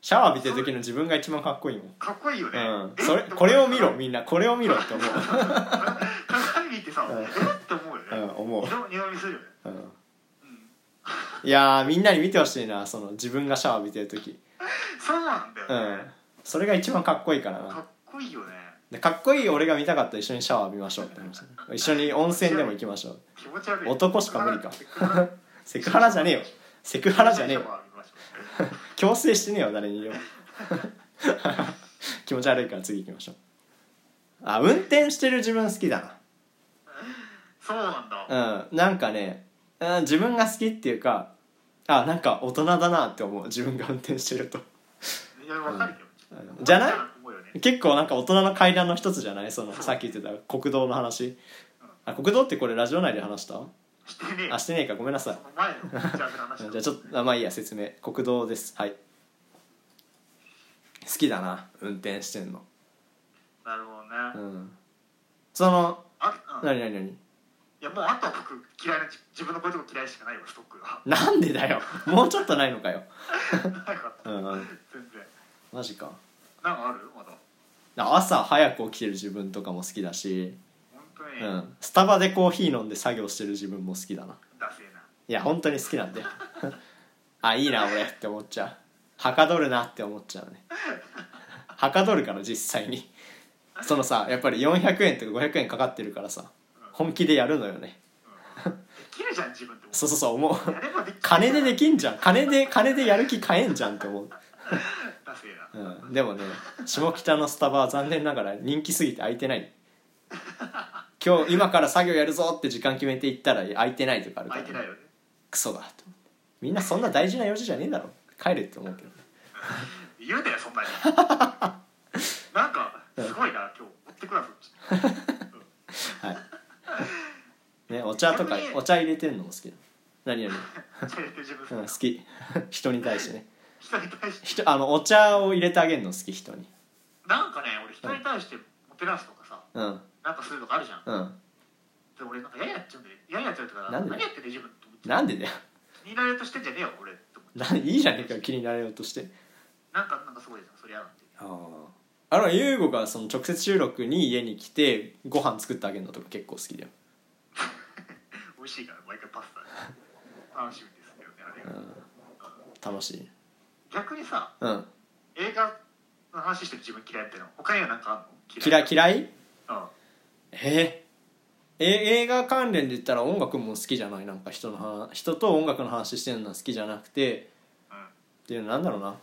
Speaker 1: シャワー浴びてる時の自分が一番かっこいいもん
Speaker 3: かっこいいよね、
Speaker 1: うん、
Speaker 3: え
Speaker 1: それ
Speaker 3: って思う
Speaker 1: これを見ろみんなこれを見ろって思
Speaker 3: 鏡見てさ、
Speaker 1: ん
Speaker 3: えって思うよ
Speaker 1: う、
Speaker 3: ね、
Speaker 1: うん、思う
Speaker 3: 二、度二度見するよね
Speaker 1: うん、
Speaker 3: うん
Speaker 1: いやーみんなに見てほしいなその自分がシャワー浴びてる時、
Speaker 3: そうなんだよ
Speaker 1: う
Speaker 3: ね
Speaker 1: ん、、それが一番かっこいいから
Speaker 3: か
Speaker 1: な
Speaker 3: っこいいよね
Speaker 1: でかっこいい俺が見たかったら一緒にシャワー浴びましょうって話一緒に温泉でも行きましょう
Speaker 3: 気持ち悪い
Speaker 1: 男しか無理か
Speaker 3: セクハラ
Speaker 1: セクハラじゃねえよセクハラじゃねえよ
Speaker 3: シャワー浴びましょう
Speaker 1: 強制してねえよ誰によ 気持ち悪いから次行きましょうあ運転してる自分好きだな
Speaker 3: そうなんだ、
Speaker 1: うん、なんかね、うん、自分が好きっていうかあなんか大人だなって思う自分が運転してると
Speaker 3: いやわかるよ、
Speaker 1: じゃない
Speaker 3: 思うよね
Speaker 1: 結構なんか大人の階段の一つじゃないそのさっき言ってた国道の話あ国道ってこれラジオ内で話した
Speaker 3: してねえ
Speaker 1: あしてねえかごめんなさい
Speaker 3: 前のジャンルの話
Speaker 1: じ
Speaker 3: だ
Speaker 1: ゃあちょっとあまあいいや説明国道ですはい好きだな運転してんの
Speaker 3: なるほどね、
Speaker 1: うんその
Speaker 3: あうん、い
Speaker 1: 何何何
Speaker 3: やもうあとは僕嫌いな自自分のこういうとこ嫌いしかないわストックが
Speaker 1: なんでだよもうちょっとないのかよ
Speaker 3: なかった
Speaker 1: うんうん
Speaker 3: 全然
Speaker 1: マジか
Speaker 3: なんかあるまだ
Speaker 1: 朝早く起きてる自分とかも好きだし、
Speaker 3: 本当に、
Speaker 1: うん、スタバでコーヒー飲んで作業してる自分も好きだな
Speaker 3: ダセえない
Speaker 1: や本当に好きなんで あいいな俺って思っちゃうはかどるなって思っちゃうねはかどるから実際にそのさやっぱり400円とか500円かかってるからさ本気でやるのよね
Speaker 3: できるじゃん自分って思う
Speaker 1: そうそうそう思う
Speaker 3: やればできる
Speaker 1: 金でできんじゃん金で金でやる気買えんじゃんって思う、
Speaker 3: ダセえな
Speaker 1: うん、でもね下北のスタバは残念ながら人気すぎて空いてない今日今から作業やるぞって時間決めて行ったら空いてないとかあるから
Speaker 3: 空い
Speaker 1: ね、
Speaker 3: てないよね
Speaker 1: クソだと思ってみんなそんな大事な用事じゃねえだろ帰れって思うけどね
Speaker 3: 言うなよそん なになんかすごいな今日持ってくなそっち
Speaker 1: はい。ね、お茶とか
Speaker 3: 逆、に
Speaker 1: お茶入れてんのも好きなの。何より、
Speaker 3: それって自分
Speaker 1: うん、好き。 人に対してね。
Speaker 3: 人に対して
Speaker 1: 人、あの、お茶を入れてあげるの好き、人に。
Speaker 3: なんかね俺人に対してもてなすとかさ
Speaker 1: うん、
Speaker 3: なんかするとかあるじゃん
Speaker 1: うん。
Speaker 3: で俺なんか嫌になっちゃうんで嫌になっちゃうとか
Speaker 1: なんで
Speaker 3: 何やってんの自分って思って
Speaker 1: なんでだよ。
Speaker 3: 気になれようとしてんじゃねえよ俺って思って
Speaker 1: な、いいじゃねえかよ、気になれようとして。
Speaker 3: なんかなんかすごいじゃんそれ嫌なんて
Speaker 1: ああ。あの、ゆうごがその直接収録に家に来て、ご飯作ってあげるのとか結構好きだよ。
Speaker 3: 美味しいから毎回パスタ楽しみですけどねあれが
Speaker 1: 楽しい。
Speaker 3: 逆にさ
Speaker 1: うん。
Speaker 3: 映画の話してる自分嫌いっての他には何かあんの
Speaker 1: 嫌
Speaker 3: い
Speaker 1: い、嫌い
Speaker 3: うん
Speaker 1: えー、え映画関連で言ったら音楽も好きじゃないなんか人の話人と音楽の話してるのは好きじゃなくて、
Speaker 3: うん
Speaker 1: っていうのなんだろうな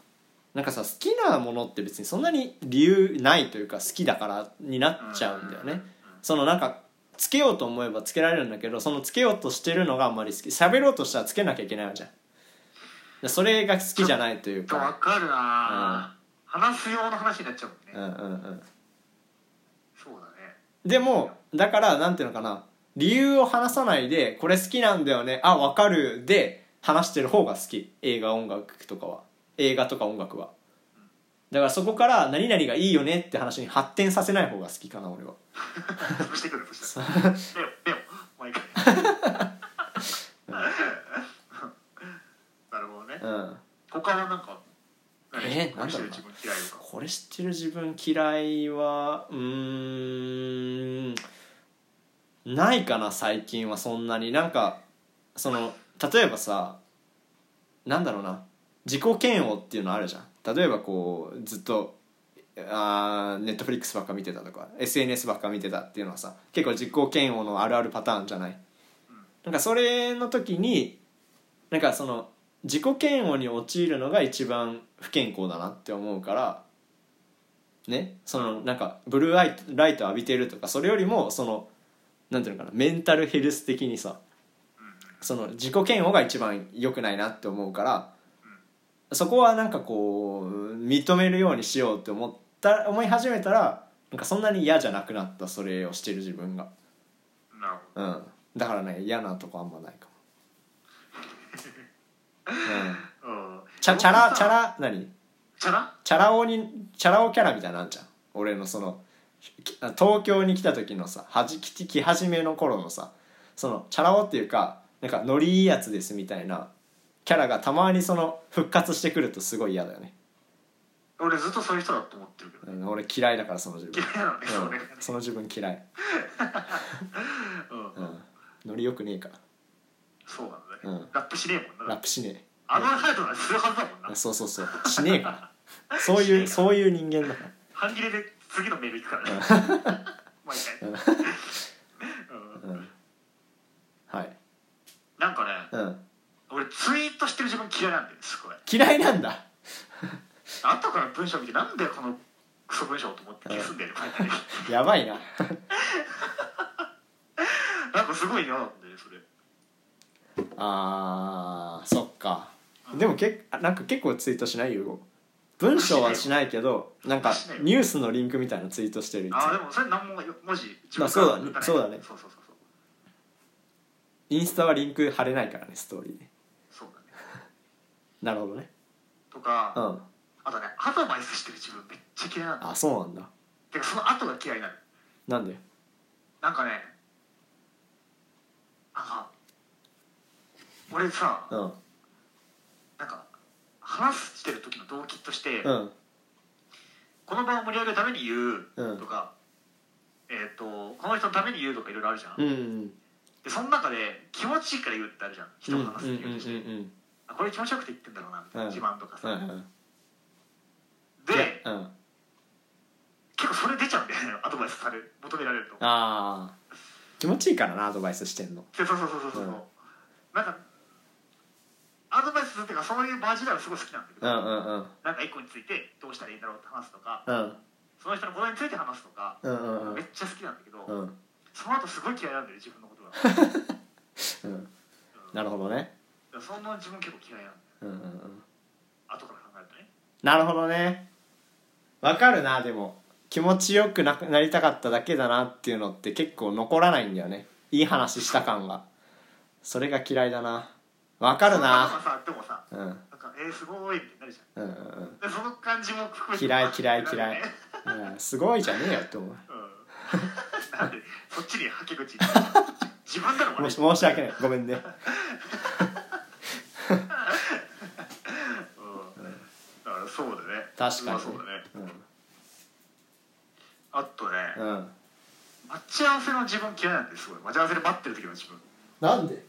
Speaker 1: なんかさ好きなものって別にそんなに理由ないというか好きだからになっちゃうんだよね、そのなんかつけようと思えばつけられるんだけどそのつけようとしてるのがあんまり好き喋ろうとしたらつけなきゃいけないわけじゃんでそれが好きじゃないという
Speaker 3: わ
Speaker 1: か
Speaker 3: かるな、ぁ話す用の話になっちゃうもんね、
Speaker 1: うんうんうん
Speaker 3: そうだね
Speaker 1: でもだからなんていうのかな理由を話さないでこれ好きなんだよねあわかるで話してる方が好き映画音楽とかは映画とか音楽はだからそこから何々がいいよねって話に発展させない方が好きかな俺は
Speaker 3: 潰してくるとしたらでもでも毎回 なるほどね
Speaker 1: うん
Speaker 3: 他はなんか
Speaker 1: えー
Speaker 3: 何してる自分嫌いとか
Speaker 1: これ知ってる自分嫌いはうーんないかな最近はそんなになんかその例えばさなんだろうな自己嫌悪っていうのあるじゃん例えばこうずっとあネットフリックスばっか見てたとか SNS ばっか見てたっていうのはさ結構自己嫌悪のあるあるパターンじゃないなんかそれの時になんかその自己嫌悪に陥るのが一番不健康だなって思うからねそのなんかブルーアイライト浴びてるとかそれよりもそのなんていうのかなメンタルヘルス的にさその自己嫌悪が一番良くないなって思うからそこはなんかこう認めるようにしようって思った思い始めたらなんかそんなに嫌じゃなくなったそれをしてる自分が、
Speaker 3: なるほ
Speaker 1: うん、だからね嫌なとこあんまないかも。うん
Speaker 3: どうん
Speaker 1: チャチャラチャ
Speaker 3: 僕さ
Speaker 1: ラ何
Speaker 3: チャラ
Speaker 1: チャラ男にチャラ男キャラみたいなのあんじゃん俺のそのき東京に来た時のさはじき来始めの頃のさそのチャラ男っていうかなんかノリいいやつですみたいなキャラがたまにその復活してくるとすごい嫌だよね、
Speaker 3: 俺ずっとそういう人だと思ってるけど
Speaker 1: うん、俺嫌いだからその自分、
Speaker 3: 嫌いなのねそれ
Speaker 1: うん
Speaker 3: がね、
Speaker 1: その自分嫌い、
Speaker 3: うん
Speaker 1: うん、ノリよくねえから
Speaker 3: そうなんだ
Speaker 1: う
Speaker 3: ね
Speaker 1: ん
Speaker 3: ラップしねえも
Speaker 1: ラ
Speaker 3: ん
Speaker 1: ッ
Speaker 3: な
Speaker 1: プしね
Speaker 3: あのハイドならするはずだもんな
Speaker 1: えそうそうそうしねえ からそういうそういう人間だから
Speaker 3: 半切れで次のメール行くからね毎回うん
Speaker 1: はい、
Speaker 3: なんかね
Speaker 1: うん、
Speaker 3: 俺ツイートしてる自分嫌いなんだよねすごい
Speaker 1: 嫌いなんだ
Speaker 3: 後から文章見てなんでこのクソ文章と思って消すんだよね毎回
Speaker 1: やばいな
Speaker 3: なんかすごい嫌なんだよねそれ
Speaker 1: あーそっかでもけっあなんか結構ツイートしないユーゴ文章はしないけどなんか
Speaker 3: しないよ
Speaker 1: ニュースのリンクみたいなツイートしてるいつも
Speaker 3: ああでもそれ何も文字自
Speaker 1: まあ
Speaker 3: 分
Speaker 1: そうだね
Speaker 3: から打たない
Speaker 1: そうだね
Speaker 3: そうそうそうそう
Speaker 1: インスタはリンク貼れないからねストーリーで
Speaker 3: そうだね
Speaker 1: なるほどね
Speaker 3: とか、
Speaker 1: うん
Speaker 3: あとねアドバイスしてる自分めっちゃ嫌いなの
Speaker 1: あそうなんだ
Speaker 3: てかその後が嫌いなの
Speaker 1: なんで
Speaker 3: なんかねなんか俺さ
Speaker 1: うん
Speaker 3: なんか話してる時の動機として、
Speaker 1: うん
Speaker 3: この場を盛り上げるために言
Speaker 1: う
Speaker 3: うんとか、えっ、とこの人のために言うとかいろいろあるじゃん、
Speaker 1: うんうん
Speaker 3: でその中で気持ちいいから言うってあるじゃん人
Speaker 1: うんう
Speaker 3: の
Speaker 1: ん
Speaker 3: 話
Speaker 1: うん
Speaker 3: に言うとして、
Speaker 1: うん
Speaker 3: あこれ気持ちよくて言ってんだろうなみたいな、
Speaker 1: うん
Speaker 3: 自慢とかさ、
Speaker 1: うんうん
Speaker 3: で
Speaker 1: いやうん
Speaker 3: 結構それ出ちゃうんだよねアドバイスされ求められると
Speaker 1: あー気持ちいいからなアドバイスしてんの
Speaker 3: でそうそうそうそうそう、
Speaker 1: うん
Speaker 3: なんかアドバイスするっていうかそういう場自体はすごい好きなんだけ
Speaker 1: う
Speaker 3: ど、
Speaker 1: んうんうん
Speaker 3: なんか一個についてどうしたらいいんだろうって話すとか
Speaker 1: うん
Speaker 3: その人のことについて話すとか、
Speaker 1: うんうん
Speaker 3: めっちゃ好きなんだけど、
Speaker 1: うんうん
Speaker 3: その後すごい嫌いなんだよね自分 のこと
Speaker 1: う
Speaker 3: が
Speaker 1: んなるほどね
Speaker 3: その自分結構嫌いなんだよ
Speaker 1: うんうんうん
Speaker 3: 後から考えるとね
Speaker 1: なるほどねわかるなでも気持ちよくなくなりたかっただけだなっていうのって結構残らないんだよねいい話した感がそれが嫌いだなわかるな
Speaker 3: その後がさでもさ
Speaker 1: うんうん
Speaker 3: なんかえー、すごいってなるじゃん
Speaker 1: うんうん
Speaker 3: でその感じも含めて
Speaker 1: 嫌い嫌い
Speaker 3: なんか
Speaker 1: 嫌い
Speaker 3: ね、
Speaker 1: うん、すごいじゃねえよって思う
Speaker 3: うん なんでそっちにはけ口自分だろ
Speaker 1: も
Speaker 3: 悪い
Speaker 1: し申し訳ないごめんね
Speaker 3: うんだからそうだね
Speaker 1: 確か
Speaker 3: ま
Speaker 1: に
Speaker 3: あそうだね
Speaker 1: う
Speaker 3: あとね、
Speaker 1: ん、うん、
Speaker 3: 待ち合わせの自分嫌いなんですごい待ち合わせで待ってる時の自分
Speaker 1: なんで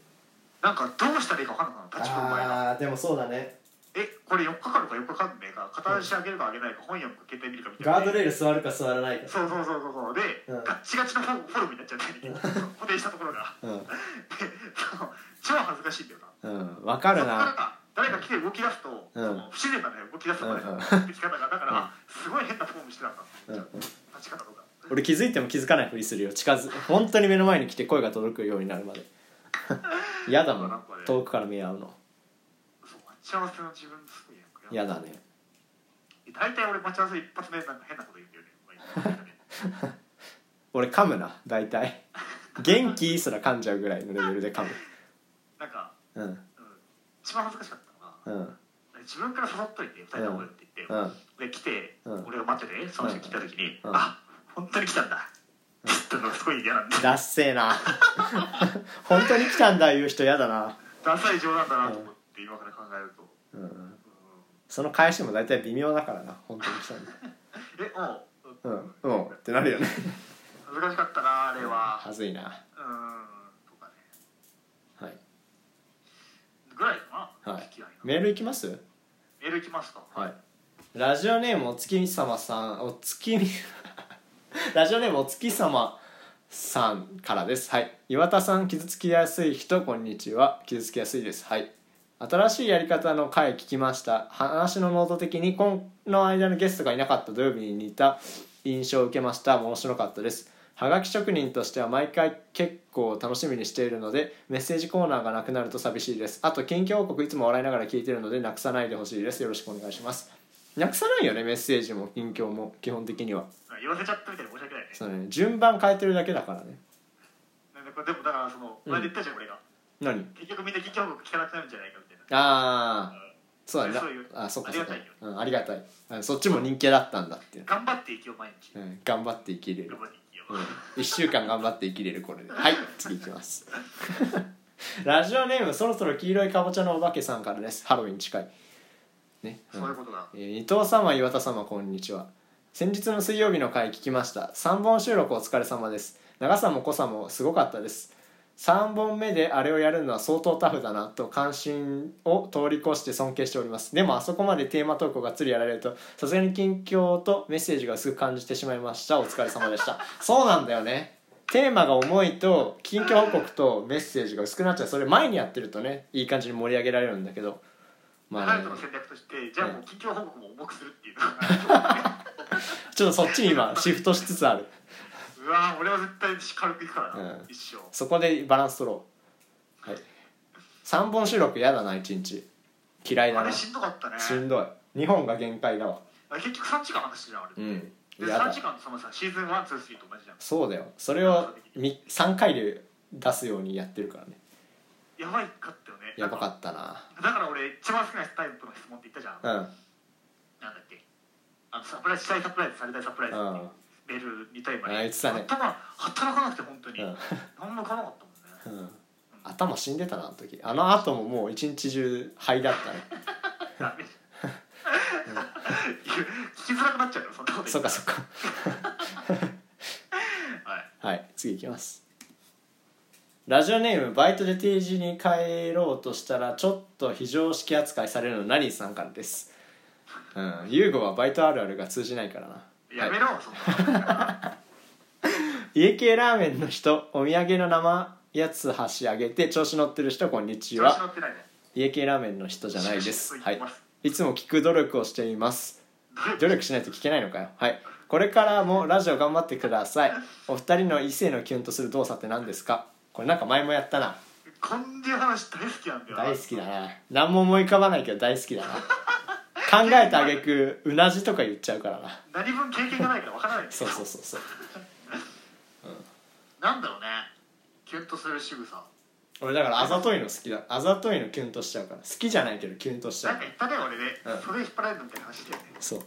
Speaker 3: なんかどうしたらいいか分かんなくなる立ち振る舞いが
Speaker 1: ああーでもそうだね
Speaker 3: えこれ4日かかるか4日かかんねえか片足上げるか上げないか本読むか携帯見るかみたい
Speaker 1: ガー
Speaker 3: な
Speaker 1: ドレール座るか座らないか
Speaker 3: そうそうそうそうそうで、
Speaker 1: うん
Speaker 3: ガッチガチのフォフォルムになっちゃって、固定したところが
Speaker 1: う
Speaker 3: でそう超恥ずかしいんだよなん
Speaker 1: うんわか
Speaker 3: そ
Speaker 1: る
Speaker 3: こから
Speaker 1: な
Speaker 3: か誰か来て動き出すと、
Speaker 1: うん
Speaker 3: その不自然なね動き出すとかね、
Speaker 1: うんうん
Speaker 3: 動き方がだから、すごい変なフォームしてたんだ、
Speaker 1: うんうん
Speaker 3: 立ち方とか
Speaker 1: 俺気づいても気づかないふりするよ近づ本当に目の前に来て声が届くようになるまで嫌だもん遠くから見合うの
Speaker 3: そう待ち合わせの自分すごいなんか
Speaker 1: 嫌だね
Speaker 3: 大体俺待ち合わせ一発目なんか変なこと言うんだよねお前言ってたね
Speaker 1: 俺噛むな大体元気すら噛んじゃうぐらいのレベルで噛む
Speaker 3: なんか、
Speaker 1: うん
Speaker 3: うん、一番恥ずかしかったのが
Speaker 1: うん
Speaker 3: 自分から誘っといて二人で会おうよって言って、
Speaker 1: うん
Speaker 3: で来て、
Speaker 1: うん
Speaker 3: 俺が待っててその人来た時に、
Speaker 1: うん
Speaker 3: あ本当に来たんだって言ったのがすごい嫌なんで
Speaker 1: ダッセーな 本当に来たんだ言う人嫌だな
Speaker 3: ダサい冗談だなと思って今から考えると、
Speaker 1: うん
Speaker 3: うん
Speaker 1: その返しも大体微妙だからな本当に来たんだ
Speaker 3: えおう
Speaker 1: うんうんってなるよね
Speaker 3: 恥ずかしかったなあれは
Speaker 1: はずいな
Speaker 3: うーんとかね
Speaker 1: はい
Speaker 3: ぐらいかな、
Speaker 1: はい
Speaker 3: 付き合いが
Speaker 1: メールいきます
Speaker 3: メールいきますか
Speaker 1: はいラジオネームお月見様さんお月見 ラジオネームお月様さんからですはい岩田さん傷つきやすい人こんにちは傷つきやすいですはい新しいやり方の回聞きました話の濃度的にこの間のゲストがいなかった土曜日に似た印象を受けました面白かったですはがき職人としては毎回結構楽しみにしているのでメッセージコーナーがなくなると寂しいですあと近況報告いつも笑いながら聞いてるのでなくさないでほしいですよろしくお願いしますなくさないよねメッセージも近況も基本的には
Speaker 3: 言わせちゃったみたいで申し訳ないね
Speaker 1: そうね順番変えてるだけだからね
Speaker 3: なんでこれでもだからその
Speaker 1: うん
Speaker 3: 前で言ったじゃん俺が
Speaker 1: 何
Speaker 3: 結局みんな緊急報告聞かなくなるんじゃないかみたいな
Speaker 1: ああそうだ
Speaker 3: そう
Speaker 1: ね
Speaker 3: いう
Speaker 1: あそっかそっか
Speaker 3: ありがた
Speaker 1: うん、ありがたいうんそっちも人気だったんだっていう、
Speaker 3: 頑張って生きよう毎日
Speaker 1: うん、頑張って生きれる
Speaker 3: 頑張って生きよう、
Speaker 1: うん、1週間頑張って生きれるこ れではい次いきます ラジオネームそろそろ黄色いかぼちゃのお化けさんからですハロウィン近いね、うん
Speaker 3: そういうことが
Speaker 1: えー伊藤様岩田様こんにちは先日の水曜日の回聞きました3本収録お疲れ様です長さも濃さもすごかったです3本目であれをやるのは相当タフだなと関心を通り越して尊敬しておりますでもあそこまでテーマ投稿がっつりやられるとさすがに近況とメッセージが薄く感じてしまいましたお疲れ様でしたそうなんだよねテーマが重いと近況報告とメッセージが薄くなっちゃうそれ前にやってるとねいい感じに盛り上げられるんだけどまあ、
Speaker 3: ハ
Speaker 1: ね
Speaker 3: ルトの戦略としてじゃあもう緊急報告も重くするっていうのが
Speaker 1: ちょっとそっちに 今シフトしつつある
Speaker 3: うわー俺は絶対軽くいくからな、
Speaker 1: うん
Speaker 3: 一生
Speaker 1: そこでバランス取ろうはい3本収録やだな1日嫌いだ
Speaker 3: あ
Speaker 1: な
Speaker 3: れ
Speaker 1: し
Speaker 3: しんどかったね
Speaker 1: んどい日本が限界だわ
Speaker 3: あれ結局3時間話してるじゃんあ
Speaker 1: う
Speaker 3: れ、
Speaker 1: ん
Speaker 3: で
Speaker 1: 嫌
Speaker 3: 3
Speaker 1: だ
Speaker 3: 時間のそのさシーズン123と同じじゃん
Speaker 1: そうだよそれを3回で出すようにやってるからね
Speaker 3: やばいかったよね
Speaker 1: やばかったな
Speaker 3: だから俺一番好きなタイプの質問って言ったじゃん、
Speaker 1: うん
Speaker 3: なんだっけあのサプライズしたいサプライズされたいサプライズって
Speaker 1: うん
Speaker 3: いうメール2タイプ
Speaker 1: あ言ってたね
Speaker 3: 頭働かなくて本当に、
Speaker 1: うん
Speaker 3: 何も買わなかったもんね
Speaker 1: うん頭死んでたなあの時あの後ももう一日中肺だったね
Speaker 3: ダメじゃん聞きづらくなっちゃうからそんなこと言
Speaker 1: そ
Speaker 3: た
Speaker 1: っか
Speaker 3: ら
Speaker 1: そっか
Speaker 3: はい
Speaker 1: はい次いきますラジオネームバイトで定時に帰ろうとしたらちょっと非常識扱いされるのナリーさんからですうん優吾はバイトあるあるが通じないからな
Speaker 3: やめろ、そんなの
Speaker 1: 家系ラーメンの人お土産の生やつ箸上げて調子乗ってる人こんにち
Speaker 3: 調子乗
Speaker 1: は
Speaker 3: ってないね
Speaker 1: 家系ラーメンの人じゃないですは
Speaker 3: 調子乗って
Speaker 1: い
Speaker 3: います
Speaker 1: いつも聞く努力をしています努
Speaker 3: 努
Speaker 1: 力しないと聞けないのかよはいこれからもラジオ頑張ってくださいお二人の異性のキュンとする動作って何ですかこれなんか前もやったな
Speaker 3: こんな話大好きなんだよな
Speaker 1: 大好きだな何も思い浮かばないけど大好きだな考えたあげくうなじとか言っちゃうからな
Speaker 3: 何分経験がないからわからないんだけ
Speaker 1: そ
Speaker 3: ど
Speaker 1: うそうそうそう
Speaker 3: なんだろうねキュンとする仕草
Speaker 1: 俺だからあざといの好きだあざといのキュンとしちゃうから好きじゃないけどキュンとしち
Speaker 3: な
Speaker 1: ゃ
Speaker 3: ん
Speaker 1: うか
Speaker 3: か
Speaker 1: ら
Speaker 3: 言ったね俺ね、
Speaker 1: うん
Speaker 3: それ引っ張られるみたいな話だよね
Speaker 1: そう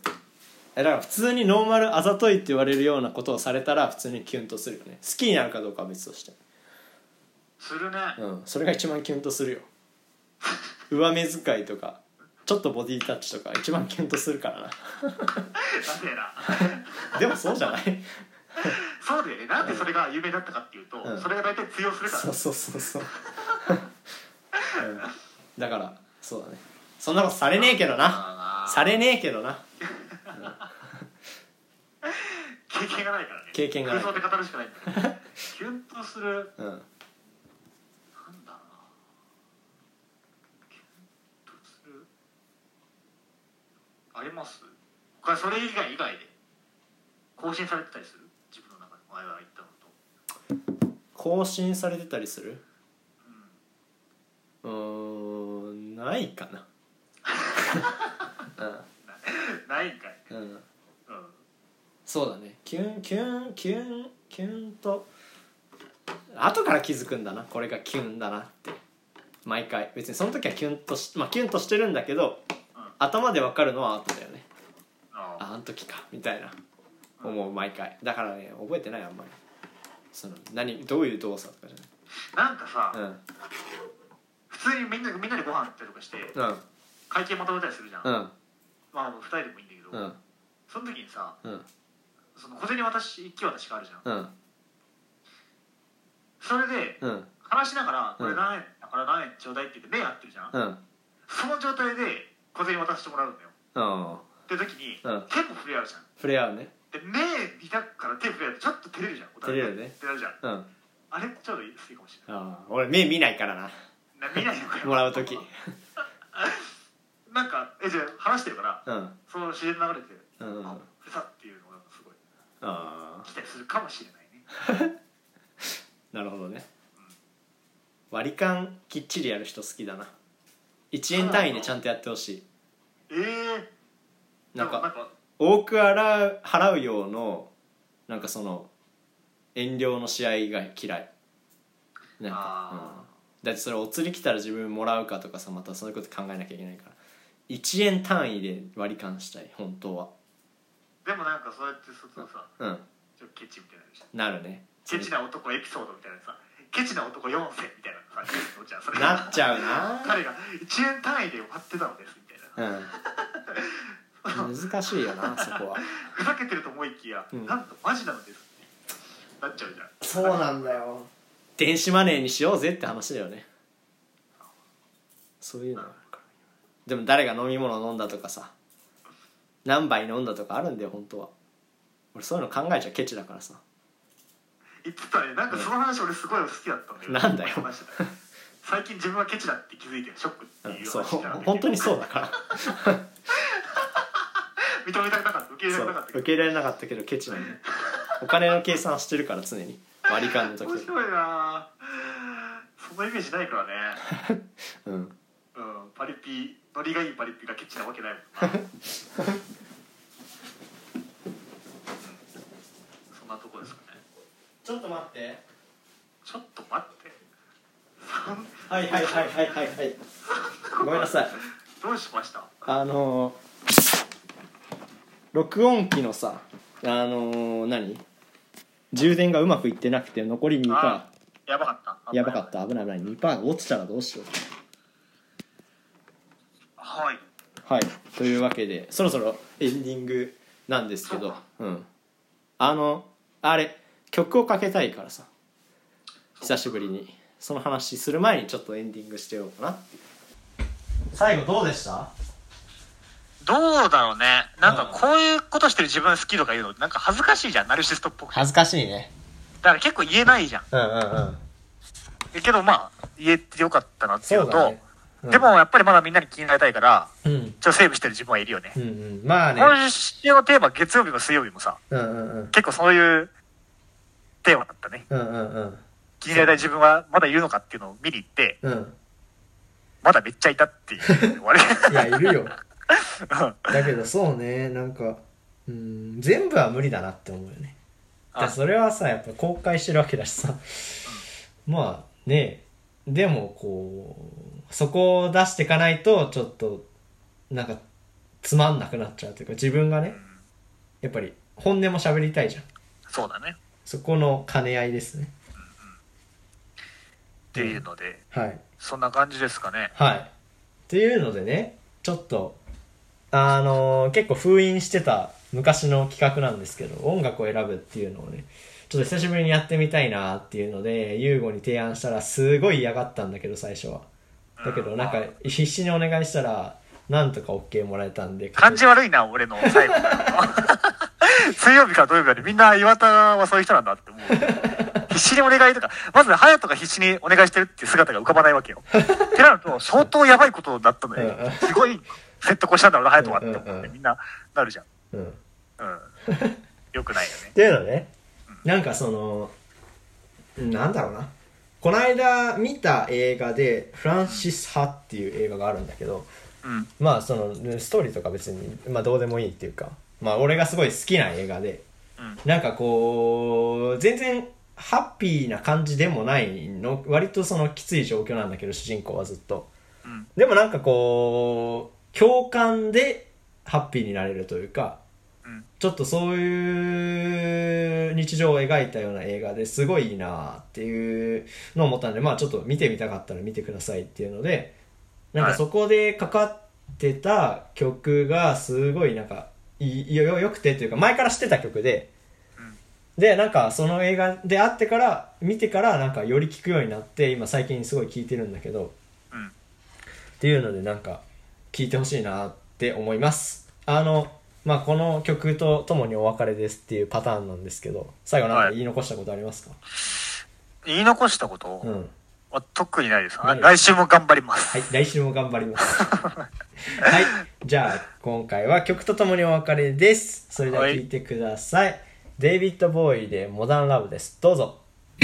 Speaker 1: えだから普通にノーマルあざといって言われるようなことをされたら普通にキュンとするよね好きになるかどうかは別として
Speaker 3: するね、
Speaker 1: うんそれが一番キュンとするよ 上目遣いとかちょっとボディタッチとか一番キュンとするから
Speaker 3: なんでな
Speaker 1: な でもそうじゃない
Speaker 3: そうだよねなんでそれが有名だったかっていうと、
Speaker 1: うん
Speaker 3: それが大体通用するから
Speaker 1: そうそうそう そう、うん、だからそうだねそんなことされねえけどなされねえけどな
Speaker 3: 経験がないからね
Speaker 1: 経験がない
Speaker 3: 空想で語るしかないんだ からキュンとする
Speaker 1: うん
Speaker 3: なんだろうなキュンとするあります他それ以外以外で更新されてたりする自分の中で前は言ったのと
Speaker 1: 更新されてたりするうーんないかな
Speaker 3: ないんかい、
Speaker 1: うんうん
Speaker 3: うん、
Speaker 1: そうだねキュンキュンキュンキュンと後から気づくんだなこれがキュンだなって毎回別にその時はキュンとし,、まあ、キュンとしてるんだけど、
Speaker 3: うん
Speaker 1: 頭で分かるのは後だよね
Speaker 3: ああ
Speaker 1: ああの時かみたいな思う毎回だからね覚えてないあんまりその何どういう動作とかじ
Speaker 3: なんかさ、
Speaker 1: ゃない
Speaker 3: 普通にみんなみんなでご飯行ったりとかして
Speaker 1: うんうん
Speaker 3: 会計まとめたりするじゃん、
Speaker 1: うん
Speaker 3: まあ2人でもいいんだけど、
Speaker 1: うん
Speaker 3: その時にさ
Speaker 1: うん
Speaker 3: その小銭渡し一気渡しがあるじゃん
Speaker 1: うん
Speaker 3: それで
Speaker 1: うん
Speaker 3: 話しながら「こ
Speaker 1: う
Speaker 3: れ
Speaker 1: ん
Speaker 3: 何円だから何円ちょうだい」って言って目合ってるじゃん、
Speaker 1: うん
Speaker 3: その状態で小銭渡してもらうんだよ
Speaker 1: うん
Speaker 3: って時に、
Speaker 1: うん
Speaker 3: 手も触れ合うじゃん
Speaker 1: 触れ合うね
Speaker 3: で目見たから手触れ合うとちょっと照れるじゃんお互い
Speaker 1: 照れるね
Speaker 3: 照れるじゃん
Speaker 1: うんあ
Speaker 3: あれちょうどいい好きかもしれ
Speaker 1: あ俺目見ないからな
Speaker 3: ないな見ないのかよ
Speaker 1: もらう時
Speaker 3: なんかえじゃあ話してるから
Speaker 1: うんうん
Speaker 3: その自然に流れて、
Speaker 1: うん
Speaker 3: あ触れたっていうのがすごい
Speaker 1: ああ
Speaker 3: 期待するかもしれないね
Speaker 1: なるほどね割り勘きっちりやる人好きだな1円単位でちゃんとやってほし
Speaker 3: ええ
Speaker 1: い
Speaker 3: ー、
Speaker 1: なん
Speaker 3: でも
Speaker 1: か多く払う払うようのなんかその遠慮の試合が嫌いなんか
Speaker 3: あ、
Speaker 1: うん、だってそれお釣り来たら自分もらうかとかさまたそういうこと考えなきゃいけないから1円単位で割り勘したい本当は
Speaker 3: でもなんかそうやってするとさ
Speaker 1: うん
Speaker 3: ちょっとケチみたいなのじゃん
Speaker 1: なるね
Speaker 3: ケチな男エピソードみたいなさケチな男4世みたいなのさケチのじゃんそれ
Speaker 1: なっちゃうな
Speaker 3: 彼が1円単位で終わってたのですみたいな
Speaker 1: うん難しいよなそこは
Speaker 3: ふざけてると思いきや、
Speaker 1: うん
Speaker 3: なんとマジなのですってなっちゃうじゃん
Speaker 1: そうなんだよ電子マネーにしようぜって話だよねそういうのがあるからでも誰が飲み物飲んだとかさ何杯飲んだとかあるんだよ本当は俺そういうの考えちゃうケチだからさ
Speaker 3: 言ってたねなんかその話俺すごい好きだったんだよ
Speaker 1: なんだよ
Speaker 3: 話してた最近自分はケチだって気づいてショックって
Speaker 1: うん
Speaker 3: いう
Speaker 1: そう
Speaker 3: 話だ
Speaker 1: 本当にそうだから
Speaker 3: 認めたくなかった受け入
Speaker 1: そ
Speaker 3: れたくなか
Speaker 1: う
Speaker 3: った
Speaker 1: 受
Speaker 3: けど
Speaker 1: け入れられなかったけどケチなんだよお金の計算してるから常に割り勘の時
Speaker 3: 面白いなぁそのイメージないからね、
Speaker 1: うん
Speaker 3: うん、パリピノリがいいパリピがケチなわけないもん なうんそんなとこですかね
Speaker 1: ちょっと待って
Speaker 3: ちょっと待ってそん
Speaker 1: はいはいはいはいはいはいごめんなさい
Speaker 3: どうしました
Speaker 1: あのー録音機のさあのー何充電がうまくいってなくて残り2
Speaker 3: あ
Speaker 1: パ
Speaker 3: やばかった
Speaker 1: ーやばかった危ない危ない2パー落ちたらどうしよう
Speaker 3: はい
Speaker 1: はいというわけでそろそろエンディングなんですけどうんあのあれ曲をかけたいからさ久しぶりにその話する前にちょっとエンディングしてようかなっていう最後どうでした
Speaker 3: どうだろうねなんかこういうことしてる自分好きとか言うのなんか恥ずかしいじゃんナルシストっぽくだ
Speaker 1: 恥ずかしいね
Speaker 3: から結構言えないじゃん
Speaker 1: うんうんうん
Speaker 3: けどまあ言えてよかったなっていうの
Speaker 1: そうだ
Speaker 3: と
Speaker 1: ねうん
Speaker 3: でもやっぱりまだみんなに気になりたいから
Speaker 1: うん
Speaker 3: ちょっとセーブしてる自分はいるよね
Speaker 1: うんうんまあね
Speaker 3: 今週のテーマ月曜日も水曜日もさ
Speaker 1: うんうんうん
Speaker 3: 結構そういうテーマだったね
Speaker 1: うんうんうん
Speaker 3: 気になりたい自分はまだいるのかっていうのを見に行って
Speaker 1: うん
Speaker 3: まだめっちゃいたっていう あれ
Speaker 1: いやいるよだけどそうねなんかうん全部は無理だなって思うよねだ
Speaker 3: あ
Speaker 1: それはさやっぱ公開してるわけだしさまあねでもこうそこを出していかないとちょっとなんかつまんなくなっちゃうというか自分がねやっぱり本音も喋りたいじゃん
Speaker 3: そうだね
Speaker 1: そこの兼ね合いですね
Speaker 3: っていうので
Speaker 1: はい
Speaker 3: そんな感じですかね
Speaker 1: はい。っていうのでね、ちょっと、あのー結構封印してた昔の企画なんですけど、音楽を選ぶっていうのをね、ちょっと久しぶりにやってみたいなっていうので、ユーゴに提案したらすごい嫌がったんだけど、最初は。だけど、なんか、必死にお願いしたら、なんとか OK もらえたんで、
Speaker 3: 感じ悪いな俺の最後 水曜日から土曜日までみんな岩田はそういう人なんだって思う必死にお願いとかまず隼人が必死にお願いしてるっていう姿が浮かばないわけよってなると相当やばいことだったのよ
Speaker 1: うんうん
Speaker 3: すごい説得をしたんだろうな隼人はって思っ
Speaker 1: うんうん
Speaker 3: て
Speaker 1: うん
Speaker 3: みんななるじゃん
Speaker 1: うん。っ
Speaker 3: うんよくないよね
Speaker 1: ていうのね、なんかその、なんだろうな。この間見た映画で、フランシス・ハっていう映画があるんだけど、
Speaker 3: うん
Speaker 1: まあそのストーリーとか別に、まあ、どうでもいいっていうか、まあ、俺がすごい好きな映画で、
Speaker 3: うん
Speaker 1: なんかこう全然ハッピーな感じでもないの割とそのきつい状況なんだけど主人公はずっと、
Speaker 3: うん
Speaker 1: でもなんかこう共感でハッピーになれるというか、
Speaker 3: うん
Speaker 1: ちょっとそういう日常を描いたような映画ですごいいいなっていうのを思ったんでまあちょっと見てみたかったら見てくださいっていうのでなんかそこでかかってた曲がすごいなんかいよよよくてというか前から知ってた曲で。でなんかその映画であってから見てからなんかより聴くようになって今最近すごい聴いてるんだけど、
Speaker 3: うん
Speaker 1: っていうのでなんか聴いてほしいなって思いますあのまあこの曲とともにお別れですっていうパターンなんですけど最後なんか言い残したことありますか、
Speaker 3: 言い残したこと
Speaker 1: うん
Speaker 3: は特にないです
Speaker 1: ない
Speaker 3: 来週も頑張りま
Speaker 1: は
Speaker 3: す
Speaker 1: い来週も頑張ります はいじゃあ今回は曲とともにお別れですそれでは聴いてください、デイビッド・ボーイで「モダン・ラブ」ですどうぞ
Speaker 5: 「